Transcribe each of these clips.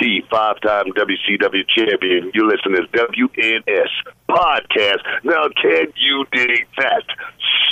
T, five time WCW champion. You listen to WNS podcast. Now, can you dig that,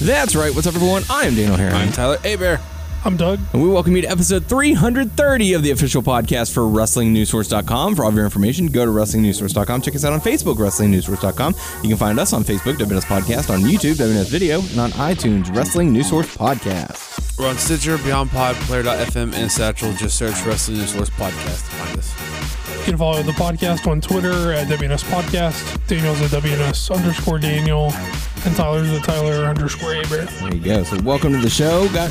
That's right. What's up, everyone? I am Daniel Herron. I'm Tyler Abear. I'm Doug. And we welcome you to episode 330 of the official podcast for WrestlingNewsSource.com. For all of your information, go to WrestlingNewsSource.com. Check us out on Facebook, WrestlingNewsSource.com. You can find us on Facebook, WNS Podcast, on YouTube, WNS Video, and on iTunes, Wrestling News Source Podcast. We're on Stitcher, Beyond Pod, Player.fm, and Satchel. Just search Wrestling News Source Podcast to find us. You can follow the podcast on Twitter at WNS Podcast. Daniel's at WNS underscore Daniel. And Tyler's at Tyler underscore Aber. There you go. So, welcome to the show. Got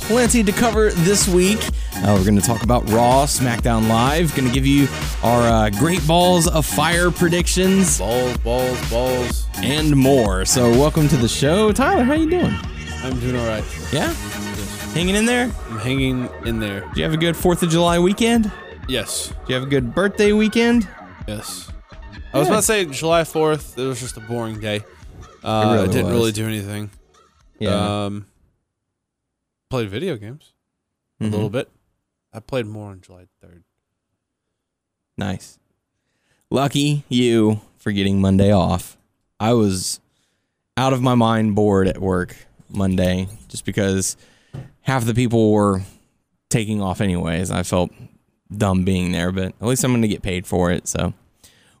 plenty to cover this week. Uh, we're going to talk about Raw, SmackDown Live. Going to give you our uh, Great Balls of Fire predictions. Balls, balls, balls. and more. So welcome to the show, Tyler. How you doing? I'm doing all right. Yeah, hanging in there. I'm hanging in there. Do you have a good Fourth of July weekend? Do Yes. you have a good birthday weekend? Yes. I was about to say July 4th. It was just a boring day. Uh, really it didn't was. really do anything. Yeah, Um, played video games Mhm. a little bit. I played more on July 3rd. nice. Lucky you for getting Monday off. I was out of my mind bored at work Monday just because half the people were taking off anyways. I felt dumb being there, but at least I'm going to get paid for it. So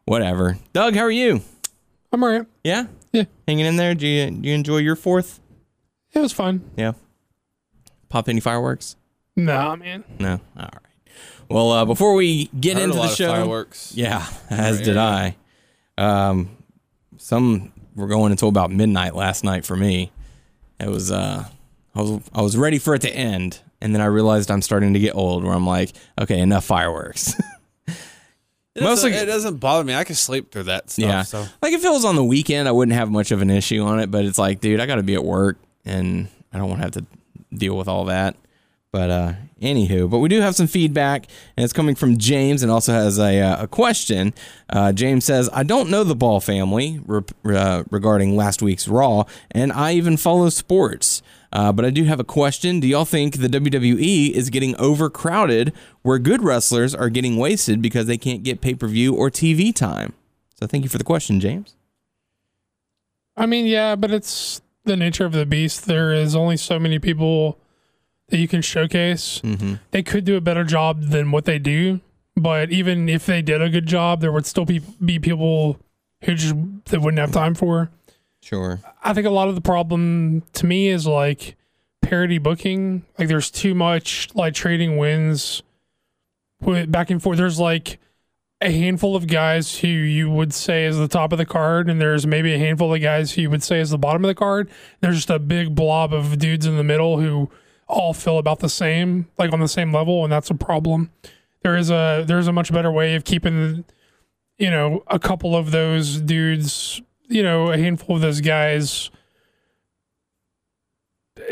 whatever. Doug, how are you? I'm all right. Yeah. Yeah. Hanging in there. Do you do you enjoy your fourth? It was fun. Yeah. Pop any fireworks? Nah, man. No. All right. Well, uh, before we get I heard into a lot the of show, fireworks. yeah, as did I. Um, some were going until about midnight last night for me. It was uh, I was I was ready for it to end, and then I realized I'm starting to get old. Where I'm like, okay, enough fireworks. It doesn't- Mostly- it doesn't bother me. I can sleep through that stuff. Yeah. So Like if it was on the weekend, I wouldn't have much of an issue on it. But it's like, dude, I got to be at work, and I don't want to have to deal with all that. But uh, anywho, but we do have some feedback, and it's coming from James, and also has a, uh, a question. Uh, James says, "I don't know the Ball family re- uh, regarding last week's Raw, and I even follow sports." Uh, but I do have a question. Do y'all think the WWE is getting overcrowded where good wrestlers are getting wasted because they can't get pay per view or TV time? So thank you for the question, James. I mean, yeah, but it's the nature of the beast. There is only so many people that you can showcase. They could do a better job than what they do, but even if they did a good job, there would still be, be people who just that wouldn't have time for. Sure. I think a lot of the problem to me is like parody booking. Like there's too much like trading wins with back and forth. There's like a handful of guys who you would say is the top of the card, and there's maybe a handful of guys who you would say is the bottom of the card. There's just a big blob of dudes in the middle who all feel about the same, like on the same level, and that's a problem. There is a there's a much better way of keeping you know, a couple of those dudes, you know, a handful of those guys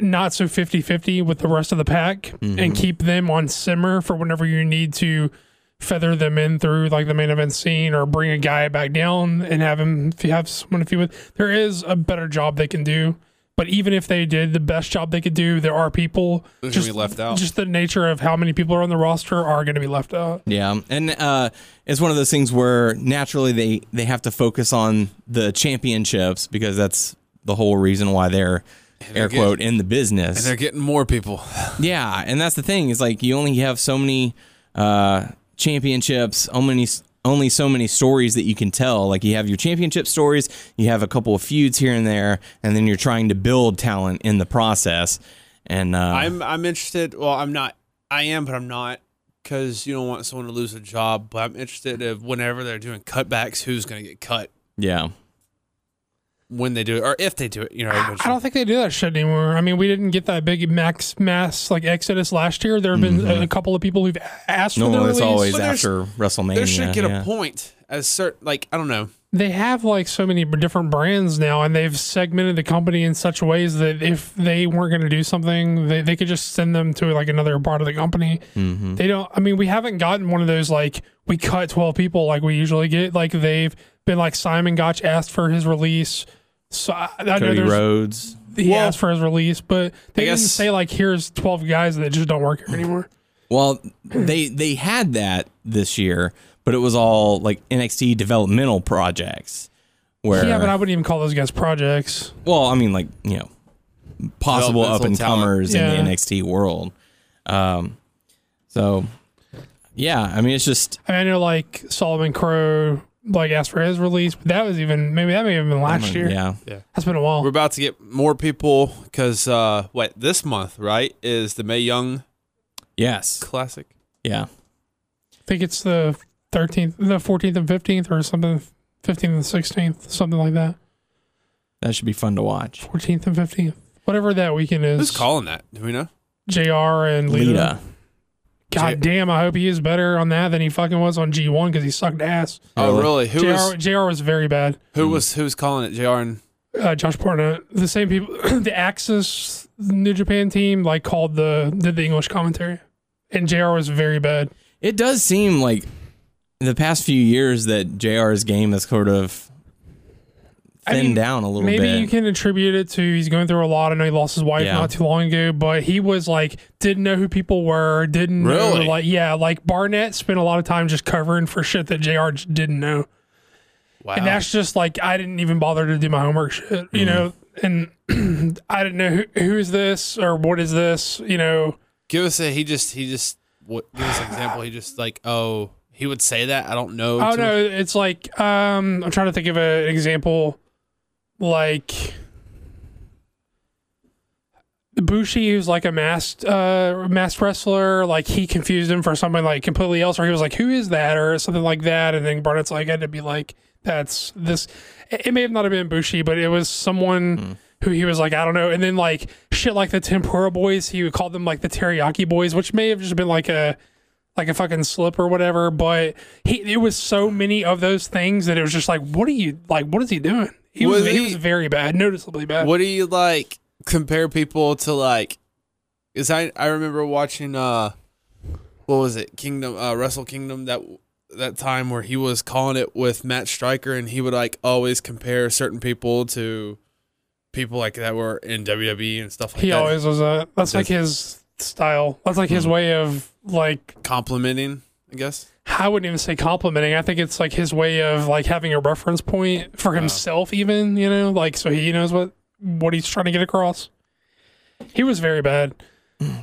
not so 50-50 with the rest of the pack and keep them on simmer for whenever you need to feather them in through like the main event scene or bring a guy back down and have him if you have someone if you would there is a better job they can do but even if they did the best job they could do there are people They're gonna just be left out. just the nature of how many people are on the roster are going to be left out Yeah, and uh, it's one of those things where naturally they they have to focus on the championships because that's the whole reason why they're air getting- quote in the business. they're getting more people. yeah, and that's the thing is like you only have so many uh, championships, only only so many stories that you can tell. Like you have your championship stories, you have a couple of feuds here and there, and then you're trying to build talent in the process. And uh, Uh-huh. I'm I'm interested. Well, I'm not. I am, but I'm not because you don't want someone to lose a job. But I'm interested if whenever they're doing cutbacks, who's going to get cut? yeah, when they do it or if they do it. You know, I I don't think they do that shit anymore. I mean, we didn't get that big max mass like exodus last year. There have been Mm-hmm. a, a couple of people who've a- asked for Normally, the it's release. always But there's- after WrestleMania. there should get yeah. a point as certain. Like I don't know. they have like so many b- different brands now, and they've segmented the company in such ways that if they weren't going to do something, they, they could just send them to like another part of the company. Mm-hmm. They don't. I mean, we haven't gotten one of those like we cut twelve people like we usually get. Like they've been like Simon Gotch asked for his release. So I, I know Cody there's Rhodes. he Well, asked for his release, but they didn't guess- say like here's twelve guys that just don't work here anymore. Well, they they had that this year, but it was all like NXT developmental projects. Where Yeah, but I wouldn't even call those guys projects. well, I mean, like you know, possible up Developmental and comers in talent. Yeah. the NXT world. Um, so yeah, I mean, it's just I, mean, I know like Solomon Crow like asked for his release, but that was even maybe that may have been last year. yeah, that's been a We're while. about to get more people because uh, what this month right is the May Young yes, Classic. yeah. I think it's the thirteenth, the fourteenth and fifteenth, or something, fifteenth and sixteenth, something like that. That should be fun to watch. Fourteenth and fifteenth, whatever that weekend is. Who's calling that? Do we know? Jr. and Lita. Lita. God damn, I hope he is better on that than he fucking was on G one because he sucked ass. Oh, really? Who Jr. was Jr. was very bad. who was who's calling it? Jr. and uh, Josh Portner, the same people, the Axis New Japan team, like called the did the English commentary, and Jr was very bad. It does seem like the past few years that JR's game has sort of I thinned mean, down a little Maybe bit. you can attribute it to he's going through a lot. I know he lost his wife Yeah. not too long ago, but he was like didn't know who people were, didn't know, Really? like yeah, like Barnett spent a lot of time just covering for shit that Jr j- didn't know, wow. and that's just like I didn't even bother to do my homework, shit, Mm. you know, and. I didn't know who, who is this or what is this, you know. give us a he just he just what give us an example. He just like oh he would say that I don't know. Oh too no, much. it's like um I'm trying to think of a, an example like Bushi who's like a masked uh masked wrestler, like he confused him for something like completely else, or he was like, Who is that? or something like that, and then Barnett's like had to be like, That's this it it may have not have been Bushi, but it was someone Who he was like, I don't know, and then like shit, like the Tempura Boys, he would call them like the Teriyaki Boys, which may have just been like a like a fucking slip or whatever. But he, it was so many of those things that it was just like, what are you like? What is he doing? He was, Was he he- was very bad, noticeably bad. What do you like compare people to like? Is I I remember watching uh, what was it Kingdom uh Wrestle Kingdom that that time where he was calling it with Matt Stryker and he would like always compare certain people to people like that were in WWE and stuff like he that. always was a. That's Hmm. like his style. That's like his way of like. complimenting, I guess. I wouldn't even say complimenting. I think it's like his way of like having a reference point for himself, even you know, like so he knows what what he's trying to get across. He was very bad.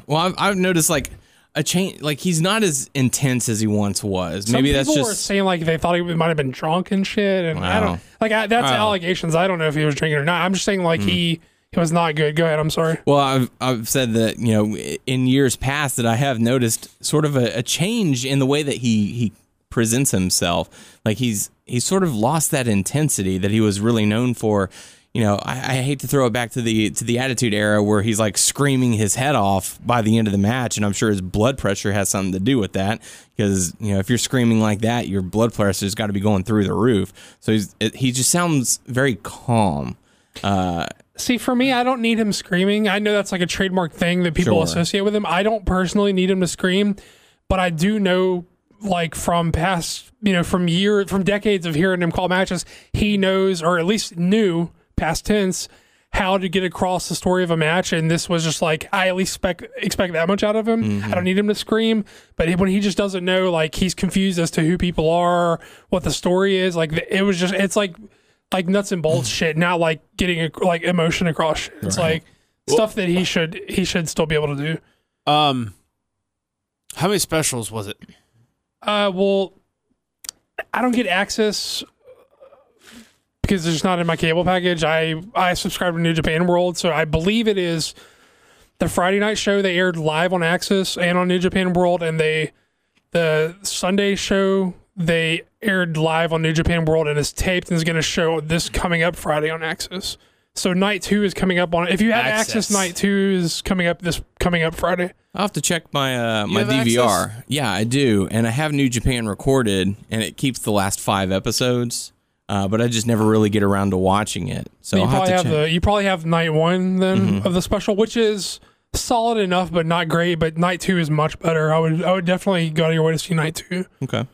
Well, I've, I've noticed like a change. Like he's not as intense as he once was. Maybe Some that's people were just saying like they thought he might have been drunk and shit, and Wow. I Hmm. don't like I, that's Wow. allegations. I don't know if he was drinking or not. I'm just saying like he he was not good. Go ahead. I'm sorry. Well, I've I've said that you know in years past that I have noticed sort of a, a change in the way that he he presents himself. Like he's he's sort of lost that intensity that he was really known for. You know, I, I hate to throw it back to the to the Attitude Era where he's like screaming his head off by the end of the match, and I'm sure his blood pressure has something to do with that because you know if you're screaming like that, your blood pressure's got to be going through the roof. So he's it, he just sounds very calm. See, for me, I don't need him screaming. I know that's like a trademark thing that people Sure. associate with him. I don't personally need him to scream, but I do know like from past, you know, from year from decades of hearing him call matches, he knows or at least knew past tense how to get across the story of a match and this was just like I at least expect expect that much out of him. I don't need him to scream, but he- when he just doesn't know like he's confused as to who people are, what the story is, like th- it was just it's like like nuts and bolts shit, not like getting ac- like emotion across. Shit. It's like stuff that he should he should still be able to do. Um, how many specials was it? Uh, well, I don't get access because it's not in my cable package. I I subscribe to New Japan World, so I believe it is the Friday night show. They aired live on Access and on New Japan World, and they the Sunday show they aired live on New Japan World and is taped and is going to show this coming up Friday on Access. So night two is coming up on. If you have Access, Access. night two is coming up this coming up Friday. I'll have to check my uh, my have DVR. Yeah, I do, and I have New Japan recorded, and it keeps the last five episodes. Uh, but I just never really get around to watching it, so you I'll have probably to have, check. the you probably have night one then Mm-hmm. of the special, which is solid enough but not great. But night two is much better. I would I would definitely go out of your way to see night two. okay.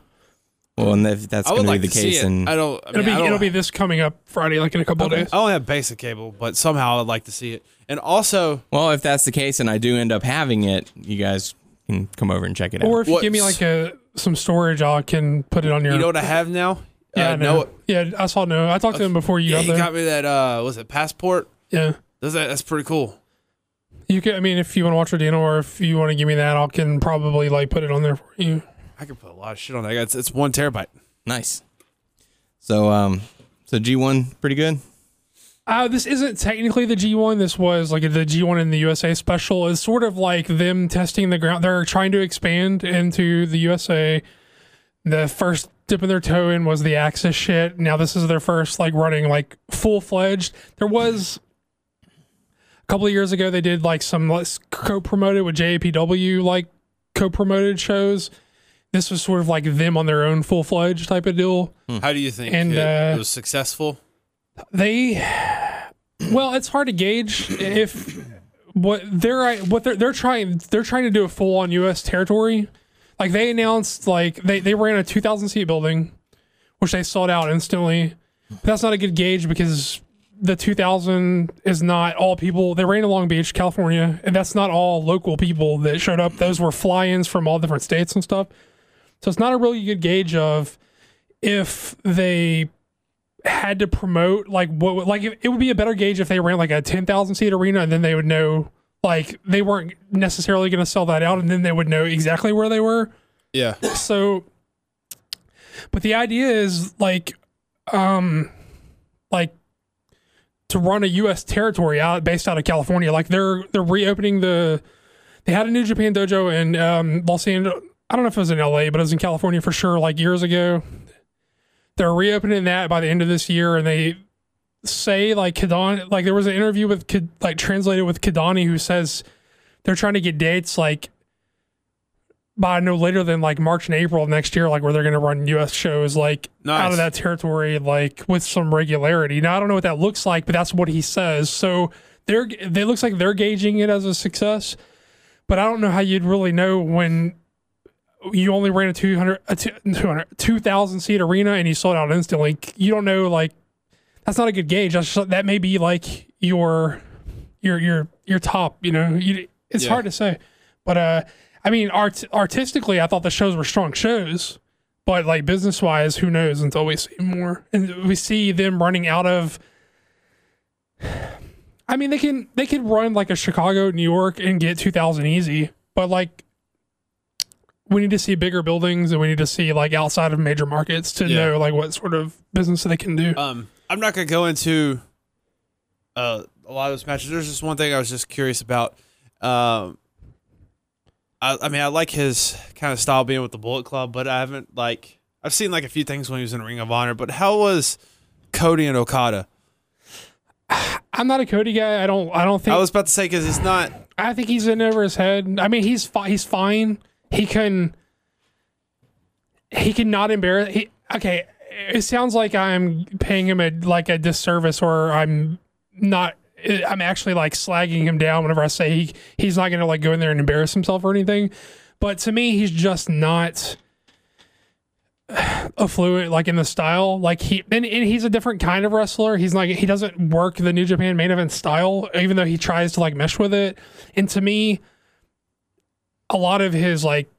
Well, and if that's I going would like to be to the see case, it. and I don't. I It'll mean, I be don't Oh, it'll be this coming up Friday, like in a couple of days. I don't have basic cable, but somehow I'd like to see it. And also, well, if that's the case, and I do end up having it, you guys can come over and check it out. Or if you What- give me like a some storage, I can put it on your. you know what I have now? yeah, uh, I know. Noah- yeah, I saw no. I talked to him before you Yeah, got he there. got me that. Uh, was it passport? yeah, Does that? That's pretty cool. you can. I mean, if you want to watch Rodino, or if you want to give me that, I can probably like put it on there for you. I could put a lot of shit on that. It's, it's one terabyte. Nice. So, um, so G one pretty good. Uh, this isn't technically the G1. This was like the G1 in the USA special. It's sort of like them testing the ground. They're trying to expand into the USA. The first dip in their toe in was the Axis shit. Now this is their first like running like full fledged. There was a couple of years ago they did like some let's co promoted with JAPW like co promoted shows. This was sort of like them on their own full fledged type of deal How do you think And, it, uh, it was successful? they well it's hard to gauge if what they're what they're they're trying they're trying to do a full on US territory like they announced like they they ran a 2000 seat building which they sold out instantly but that's not a good gauge because the 2000 is not all people they ran to Long Beach California and that's not all local people that showed up those were fly-ins from all different states and stuff so it's not a really good gauge of if they had to promote like what would- like it it would be a better gauge if they ran like a 10,000 seat arena and then they would know like they weren't necessarily going to sell that out and then they would know exactly where they were Yeah. so but the idea is like um like to run a US territory out based out of California like they're they're reopening the they had a New Japan dojo in um Los Angeles I don't know if it was in LA but it was in California for sure like years ago they're reopening that by the end of this year and they say like Kidani like there was an interview with Kid, like translated with Kidani who says they're trying to get dates like by no later than like March and April of next year, like where they're going to run U.S. shows like out Nice. of that territory, like with some regularity. Now I don't know what that looks like, but that's what he says. So they're they looks like they're gauging it as a success, but I don't know how you'd really know when you only ran a 200 a two- 200 2000 seat arena and you sold out instantly. You don't know like that's not a good gauge. That's just, that may be like your your your your top. You know, you, it's Yeah. hard to say. But uh, I mean, art artistically, I thought the shows were strong shows. But like business wise, who knows until we see more and we see them running out of. I mean, they can they can run like a Chicago, New York, and get two thousand easy. But like, we need to see bigger buildings, and we need to see like outside of major markets to Yeah. know like what sort of business they can do. Um, I'm not gonna go into uh, a lot of those matches. There's just one thing I was just curious about. Um, I, I mean, I like his kind of style being with the Bullet Club, but I haven't like I've seen like a few things when he was in Ring of Honor. But how was Cody and Okada? I'm not a Cody guy. I don't. I don't think. I I, was about to say because it's not. think he's in over his head. I mean, he's fi- he's fine. He can. He can not embarrass. He okay. It sounds like I'm paying him a like a disservice, or I'm not. I'm actually like slagging him down whenever I say he, he's not going to like go in there and embarrass himself or anything. But to me, he's just not affluent like in the style like he and, and he's a different kind of wrestler he's like he doesn't work the new japan main event style even though he tries to like mesh with it and to me a lot of his like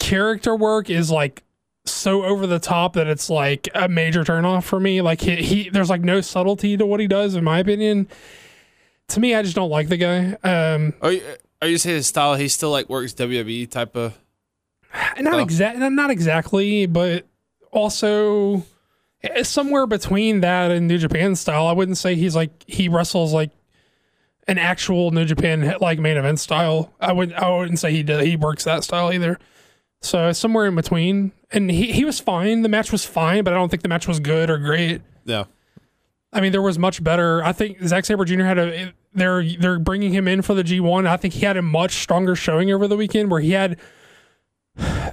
character work is like so over the top that it's like a major turnoff for me like he, he there's like no subtlety to what he does in my opinion to me i just don't like the guy um Are you are you saying his style? He still like works WWE type of. not Oh. exactly not exactly but also it's somewhere between that and new japan style i wouldn't say he's like he wrestles like an actual new japan like main event style i wouldn't i wouldn't say he does he works that style either So it's somewhere in between. And he, he was fine. The match was fine, but I don't think the match was good or great. Yeah. I mean, there was much better. I think Zack Sabre Jr. had a. They're they're bringing him in for the G1. I think he had a much stronger showing over the weekend where he had.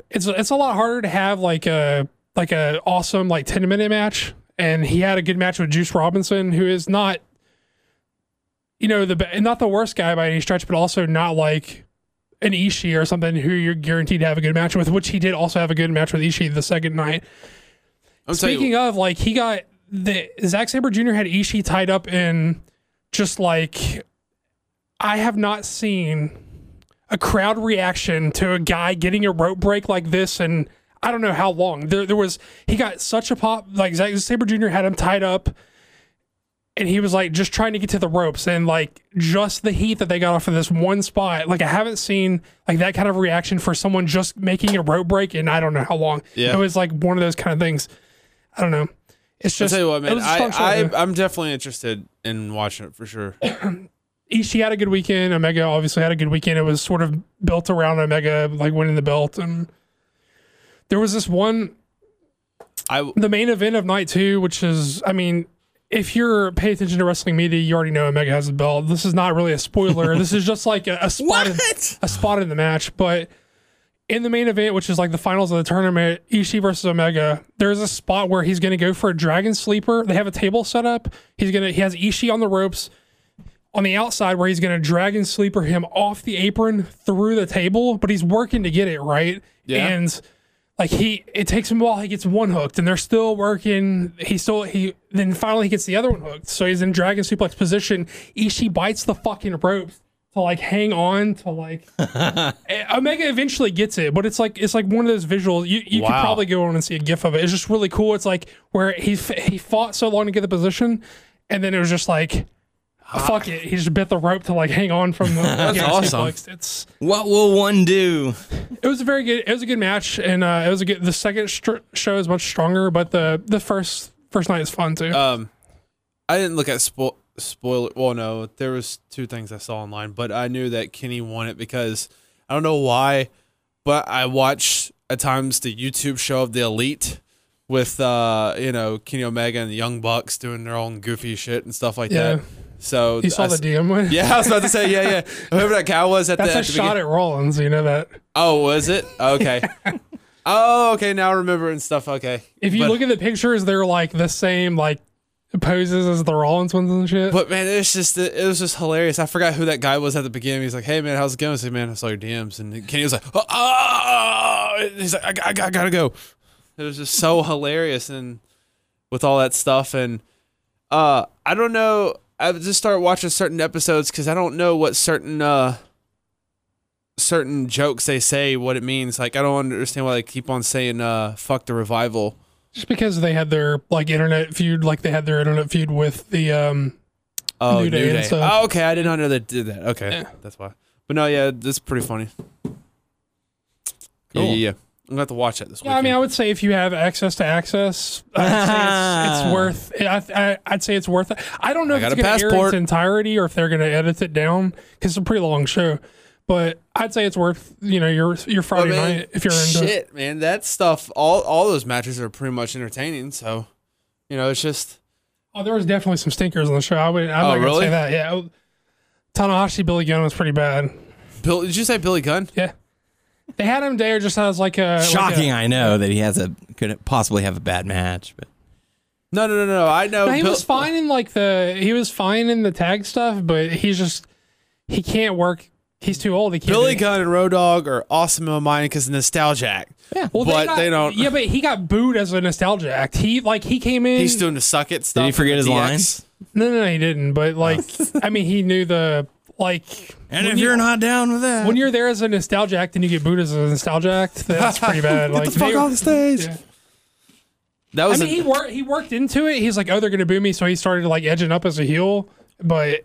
It's it's a lot harder to have like a like a awesome like ten minute match, and he had a good match with Juice Robinson, who is not. You know the be- not the worst guy by any stretch, but also not like an Ishii or something who you're guaranteed to have a good match with, which he did also have a good match with Ishii the second night. I'm telling Speaking you, of, like he got the Zack Saber Jr. had Ishii tied up in just like I have not seen a crowd reaction to a guy getting a rope break like this and I don't know how long. There there was he got such a pop like Zack Saber Jr. had him tied up and he was like just trying to get to the ropes and like just the heat that they got off of this one spot. Like I haven't seen like that kind of reaction for someone just making a rope break in I don't know how long. Yeah. It was like one of those kind of things. I don't know. It's I'll just tell you what, It man. was a strong show, I, though. I, I'm definitely interested in watching it for sure. Ishii had a good weekend. Omega obviously had a good weekend. It was sort of built around Omega like winning the belt, and there was this one I the main event of night two, which is I mean, if you're pay attention to wrestling media, you already know Omega has the belt. This is not really a spoiler. this is just like a, a spot in, a spot in the match, but. In the main event, which is like the finals of the tournament, Ishii versus Omega, there's a spot where he's going to go for a dragon sleeper. They have a table set up. He's going to he has Ishii on the ropes on the outside where he's going to dragon sleeper him off the apron through the table, but he's working to get it right. Yeah. And like he, it takes him a while. He gets one hooked, and they're still working. He still he then finally he gets the other one hooked. So he's in dragon suplex position. Ishii bites the fucking ropes to like hang on to like Eh, Omega eventually gets it, but it's like it's like one of those visuals. You you could Wow. probably go on and see a gif of it. It's just really cool. It's like where he f- he fought so long to get the position, and then it was just like "Ah, fuck it. He just bit the rope to like hang on from the That's awesome. It's What will one do? it was a very good it was a good match and uh it was a good the second str- show is much stronger, but the the first first night is fun too. um, I didn't look at spo- spoiler. Well, no, there was two things I saw online, but I knew that Kenny won it because I don't know why, but I watch at times the YouTube show of the Elite with uh, you know Kenny Omega and the Young Bucks doing their own goofy shit and stuff like Yeah. that. So you saw I the s- DM one? Yeah, I was about to say yeah, yeah. Whoever that guy was at That's the, a at the shot begin- at Rollins, you know that. Oh, was it? Okay. oh, okay. Now I remember and stuff. Okay. If you But- look at the pictures, they're like the same like poses as the Rollins ones and shit. But man, it's just it was just hilarious. I forgot who that guy was at the beginning. He's like, "Hey man, how's it going?" I said, "Man, I saw your DMs." And Kenny was like, "Oh!" oh, oh." He's like, I, got- I, got- I gotta go." It was just so hilarious, and with all that stuff, and uh, I don't know. I just started watching certain episodes because I don't know what certain uh certain jokes they say, what it means. Like I don't understand why they keep on saying uh "fuck the revival." Just because they had their like internet feud, like they had their internet feud with the um Oh, New New Day Day. and stuff. Oh, okay. I did not know they did that. Okay, that's why. But no, yeah, that's pretty funny. Yeah, Cool. yeah, yeah. I'm gonna have to watch that this Yeah, I weekend. mean, I would say if you have access to access, I'd say it's, it's worth. I, I, I'd say it's worth it. I don't know if got it's a going to air in its passport. entirety or if they're going to edit it down because it's a pretty long show. But I'd say it's worth you know your your But, Friday man, night if you're into it. shit, man, that stuff. All all those matches are pretty much entertaining. So, you know, it's just Oh, there was definitely some stinkers on the show. I would. I'm Oh, not going to really? say that. Yeah, Tanahashi Billy Gunn was pretty bad. Bill. Did you say Billy Gunn? Yeah, they had him there just as like a like a- Shocking, I know that he has a could possibly have a bad match, but No, no, no, no. I know. No, he Bill- was fine in like the he was fine in the tag stuff, but he's just he can't work. He's too old. He can't. Billy do- Gunn and Road Dog are awesome in mine because of Nostalgia Act. Yeah, Well, but they, got- don't. Yeah, but he got booed as a nostalgia act. He like he came in. He's doing the suck it stuff. did he forget and his the DX. lines? no, no, no, he didn't. But Oh. like, I mean, he knew the like. And if you're not down with that, When you're there as a nostalgia act and you get booed as a nostalgia act, that's pretty bad. Get like, the fuck they- off the stage. Yeah. That I was. mean, a- he worked. He worked into it. He's like, oh, they're gonna boo me, so he started like edging up as a heel. But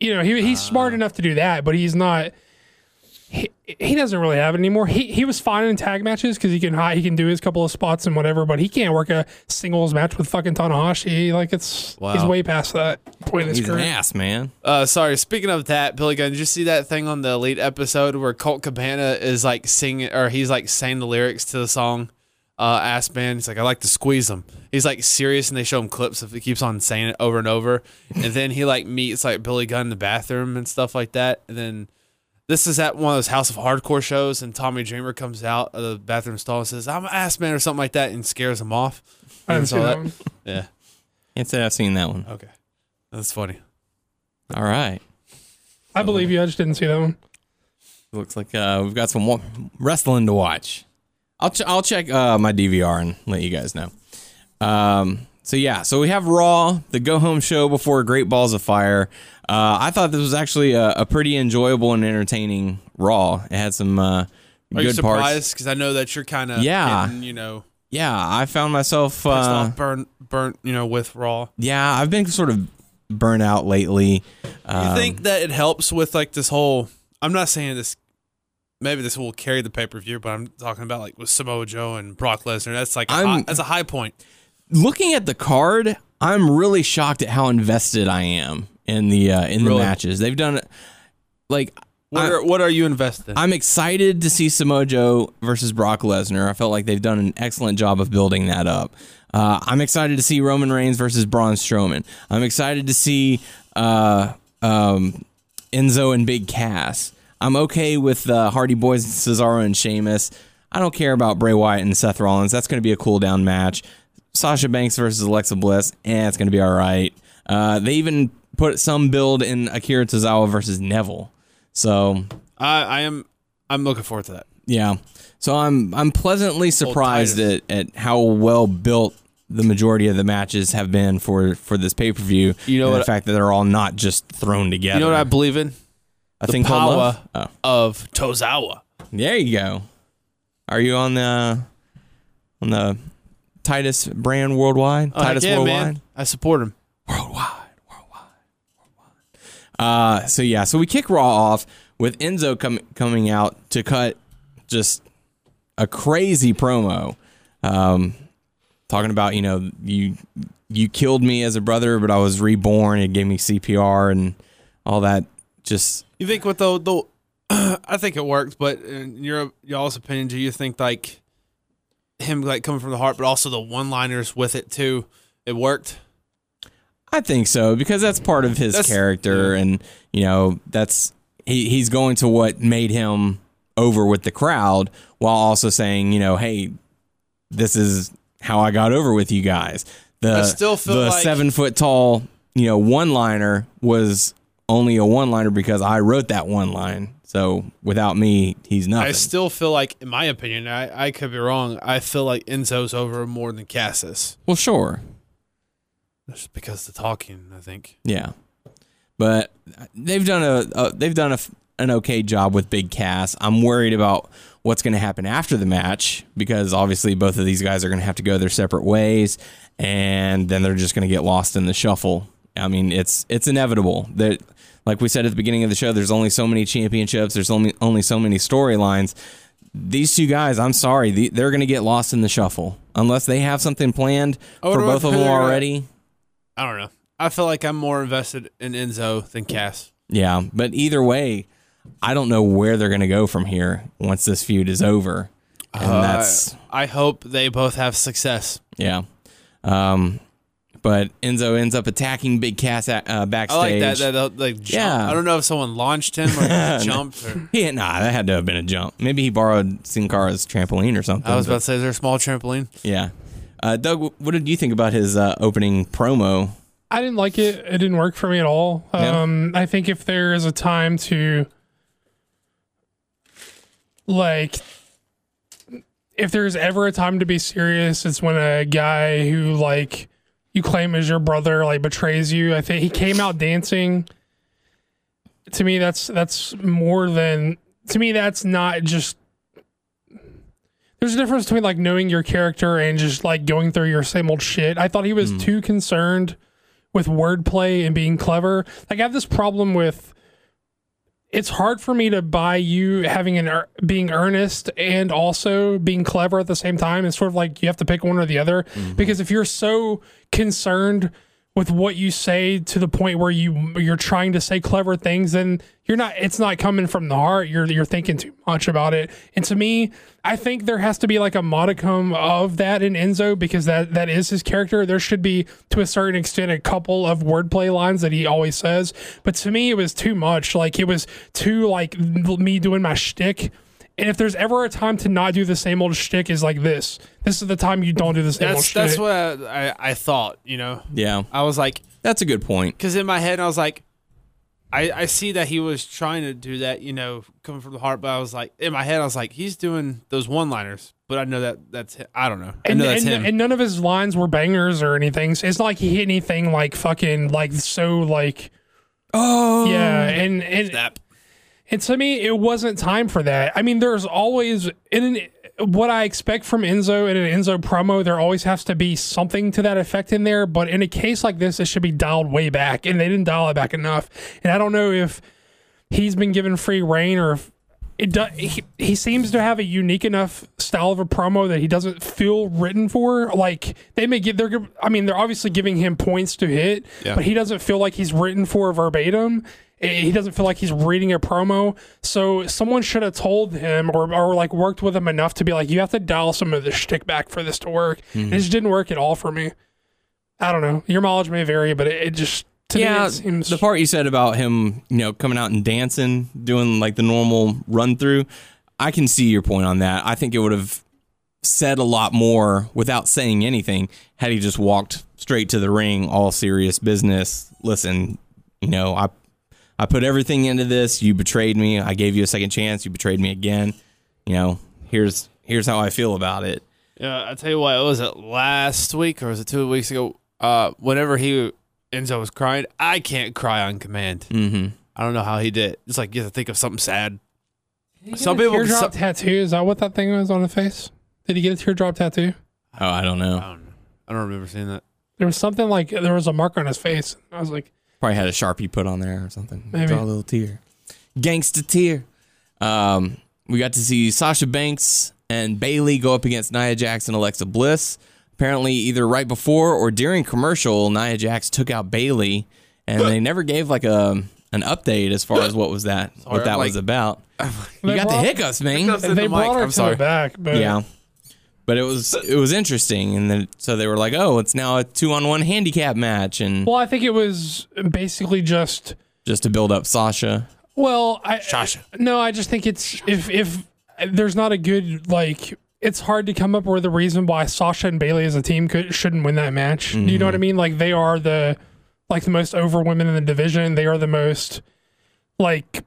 you know, he he's smart enough to do that, but he's not. he, he doesn't really have it anymore. He he was fine in tag matches because he can hi- he can do his couple of spots and whatever, but he can't work a singles match with fucking Tanahashi. Like it's he's Wow. way past that point in his He's an career. ass, man. Uh, sorry. Speaking of that, Billy Gunn, did you see that thing on the Elite episode where Colt Cabana is like singing, or he's like saying the lyrics to the song, uh, Ass Man? He's like, I like to squeeze him. He's like serious, and they show him clips of he keeps on saying it over and over. And then he like meets like Billy Gunn in the bathroom and stuff like that. And then this is at one of those House of Hardcore shows, and Tommy Dreamer comes out of the bathroom stall and says, I'm an Ass Man or something like that, and scares him off. I You didn't see saw that that? one. Yeah. Can't say I've seen that one. Okay. That's funny. All right. I believe you. I just didn't see that one. Looks like uh, we've got some wa- wrestling to watch. I'll ch- I'll check uh, my DVR and let you guys know. Um, so yeah, so we have Raw, the go home show before Great Balls of Fire. Uh, I thought this was actually a, a pretty enjoyable and entertaining Raw. It had some uh, Are good you parts. surprised? Because I know that you're kind of Yeah. you know Yeah, I found myself. Uh, pissed off, burnt, burnt, you know, with Raw. Yeah, I've been sort of burnt out lately. You Um, think that it helps with like this whole? I'm not saying this. Maybe this will carry the pay per view, but I'm talking about like with Samoa Joe and Brock Lesnar. That's like a I'm- high, that's a high point. looking at the card, I'm really shocked at how invested I am in the uh, in the Really? matches. They've done like What I- are, what are you invested? in? I'm excited to see Samoa Joe versus Brock Lesnar. I felt like they've done an excellent job of building that up. Uh, I'm excited to see Roman Reigns versus Braun Strowman. I'm excited to see uh, um, Enzo and Big Cass. I'm okay with uh, Hardy Boys, Cesaro and Sheamus. I don't care about Bray Wyatt and Seth Rollins. That's going to be a cool down match. Sasha Banks versus Alexa Bliss. Eh, it's going to be all right. Uh, they even put some build in Akira Tozawa versus Neville. So I, I am. I'm looking forward to that. yeah. So I'm I'm pleasantly surprised Titus. at, at how well built the majority of the matches have been for for this pay per view. You know and the what- fact that they're all not just thrown together. You know what I believe in? I the think called love? power Oh, of Tozawa. there you go. Are you on the on the Titus brand worldwide? I'm like, Titus Uh, yeah, worldwide. man, I support him. Uh, so yeah, so we kick Raw off with Enzo com- coming out to cut just a crazy promo, um, talking about you know you you killed me as a brother, but I was reborn. It gave me CPR and all that. Just You think with the the, I think it worked, but in your y'all's opinion, do you think like him like coming from the heart, but also the one liners with it too, it worked. I think so because that's part of his That's- character, and you know that's he, he's going to what made him over with the crowd, while also saying you know hey, this is how I got over with you guys. The I still feel the like- seven foot tall you know one liner was only a one liner because I wrote that one line. So without me, he's nothing. I still feel like, in my opinion, I, I could be wrong. I feel like Enzo's over more than Cassis, well, sure, just because the talking. I think Yeah, but they've done a, a they've done a, f- an okay job with Big Cass. I'm worried about what's going to happen after the match because obviously both of these guys are going to have to go their separate ways, and then they're just going to get lost in the shuffle. I mean, it's it's inevitable that. Like we said at the beginning of the show, there's only so many championships. There's only only so many storylines these two guys, I'm sorry, the- they're going to get lost in the shuffle unless they have something planned I for wonder both what of them they're gonna- already. I don't know. I feel like I'm more invested in Enzo than Cass. Yeah, but either way, I don't know where they're going to go from here once this feud is over. And that's Uh, I hope they both have success. yeah. Um, but Enzo ends up attacking Big Cass at, uh, I backstage. like that. That, that like jump. Yeah. I don't know if someone launched him or he jumped. Or, He, nah, that had to have been a jump. Maybe he borrowed Sin Cara's trampoline or something. I was but- about to say, is there a small trampoline? yeah. Uh, Doug, what did you think about his uh, opening promo? I didn't like it. It didn't work for me at all. No? Um, I think if there is a time to, like, if there's ever a time to be serious, it's when a guy who, like, you claim is your brother, like, betrays you. I think he came out dancing. To me, that's that's more than to me. That's not just. There's a difference between like knowing your character and just like going through your same old shit. I thought he was too concerned with wordplay and being clever. Like I have this problem with it's hard for me to buy you having an ear- being earnest and also being clever at the same time. It's sort of like you have to pick one or the other because if you're so concerned with what you say to the point where you you're trying to say clever things, then you're not. It's not coming from the heart. You're you're thinking too much about it. And to me, I think there has to be like a modicum of that in Enzo because that that is his character. There should be to a certain extent a couple of wordplay lines that he always says. But to me, it was too much. Like it was too like me doing my shtick. And if there's ever a time to not do the same old shtick, is like this. This is the time you don't do the same old That's shtick. that's what I, I, I thought. You know, Yeah, I was like, that's a good point. because in my head I was like, I I see that he was trying to do that. You know, coming from the heart. But I was like, in my head, I was like, he's doing those one liners. But I know that that's hi- I don't know. I and, know that's and, him. and none of his lines were bangers or anything. So it's not like he hit anything like fucking like so like Oh, yeah. Um, And and Snap. and to me, it wasn't time for that. I mean, there's always in an, what I expect from Enzo in an Enzo promo. There always has to be something to that effect in there. But in a case like this, it should be dialed way back, and they didn't dial it back enough. And I don't know if he's been given free reign or if it does. He, he seems to have a unique enough style of a promo that he doesn't feel written for. Like they may give, they're gi- I mean they're obviously giving him points to hit, Yeah. but he doesn't feel like he's written for verbatim. Eh, He doesn't feel like he's reading a promo. So someone should have told him or, or like worked with him enough to be like, you have to dial some of the shtick back for this to work. And It just didn't work at all for me. I don't know. Your mileage may vary, but it, it just to me yeah. it seems The part you said about him, you know, coming out and dancing, doing like the normal run through, I can see your point on that. I think it would have said a lot more without saying anything had he just walked straight to the ring, all serious business. Listen, you know, I I put everything into this. You betrayed me. I gave you a second chance. You betrayed me again. You know, here's here's how I feel about it. Yeah, I tell you what, it was it last week or was it two weeks ago? Uh, whenever he Enzo was crying, I can't cry on command. Mm-hmm. I don't know how he did. it. It's like you have to think of something sad. Some Did he get a people, teardrop some, tattoo. Is that what that thing was on the face? Did he get a teardrop tattoo? Oh, I don't know. I don't know. I don't remember seeing that. There was something like there was a mark on his face. I was like, Probably had a sharpie put on there or something. Maybe. Draw a little tear. Gangsta tear. Um, we got to see Sasha Banks and Bailey go up against Nia Jax and Alexa Bliss. Apparently, either right before or during commercial, Nia Jax took out Bailey, and they never gave like a an update as far as what was that what I'm that like- was about. You They got the brought- hiccups, man. in they the brought mic. her I'm to sorry. the back, but Yeah. But it was it was interesting, and then so they were like, "Oh, it's now a two on one handicap match," and Well, I think it was basically just just to build up Sasha. well, I Sasha. No, I just think it's if if there's not a good like. It's hard to come up with a reason why Sasha and Bailey as a team could, shouldn't win that match. Do you know what Mm-hmm. I mean? Like they are the like the most over women in the division. They are the most like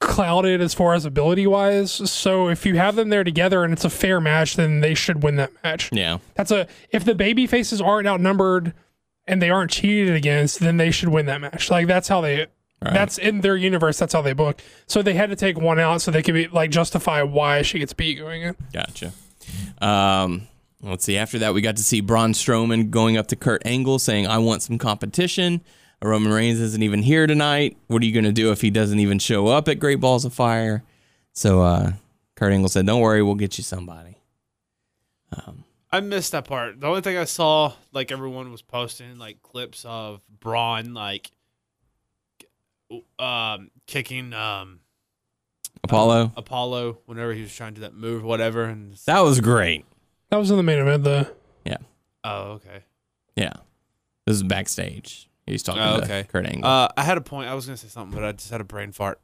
clouded as far as ability wise. So if you have them there together and it's a fair match, then they should win that match. Yeah, That's a if the baby faces aren't outnumbered and they aren't cheated against, then they should win that match. Like that's how they that's in their universe, that's how they book. So they had to take one out so they could be like justify why she gets beat going in. gotcha. Um, let's see. After that, we got to see Braun Strowman going up to Kurt Angle saying, "I want some competition." Roman Reigns isn't even here tonight. What are you gonna do if he doesn't even show up at Great Balls of Fire? So uh, Kurt Angle said, "Don't worry, we'll get you somebody." I missed that part. The only thing I saw, like everyone was posting like clips of Braun like um kicking um Apollo. Apollo whenever he was trying to do that move, whatever. And That was great. That was in the main event though. oh, okay. Yeah. This is backstage. He's talking Oh, to okay. Kurt Angle. Uh, I had a point. I was gonna say something, but I just had a brain fart.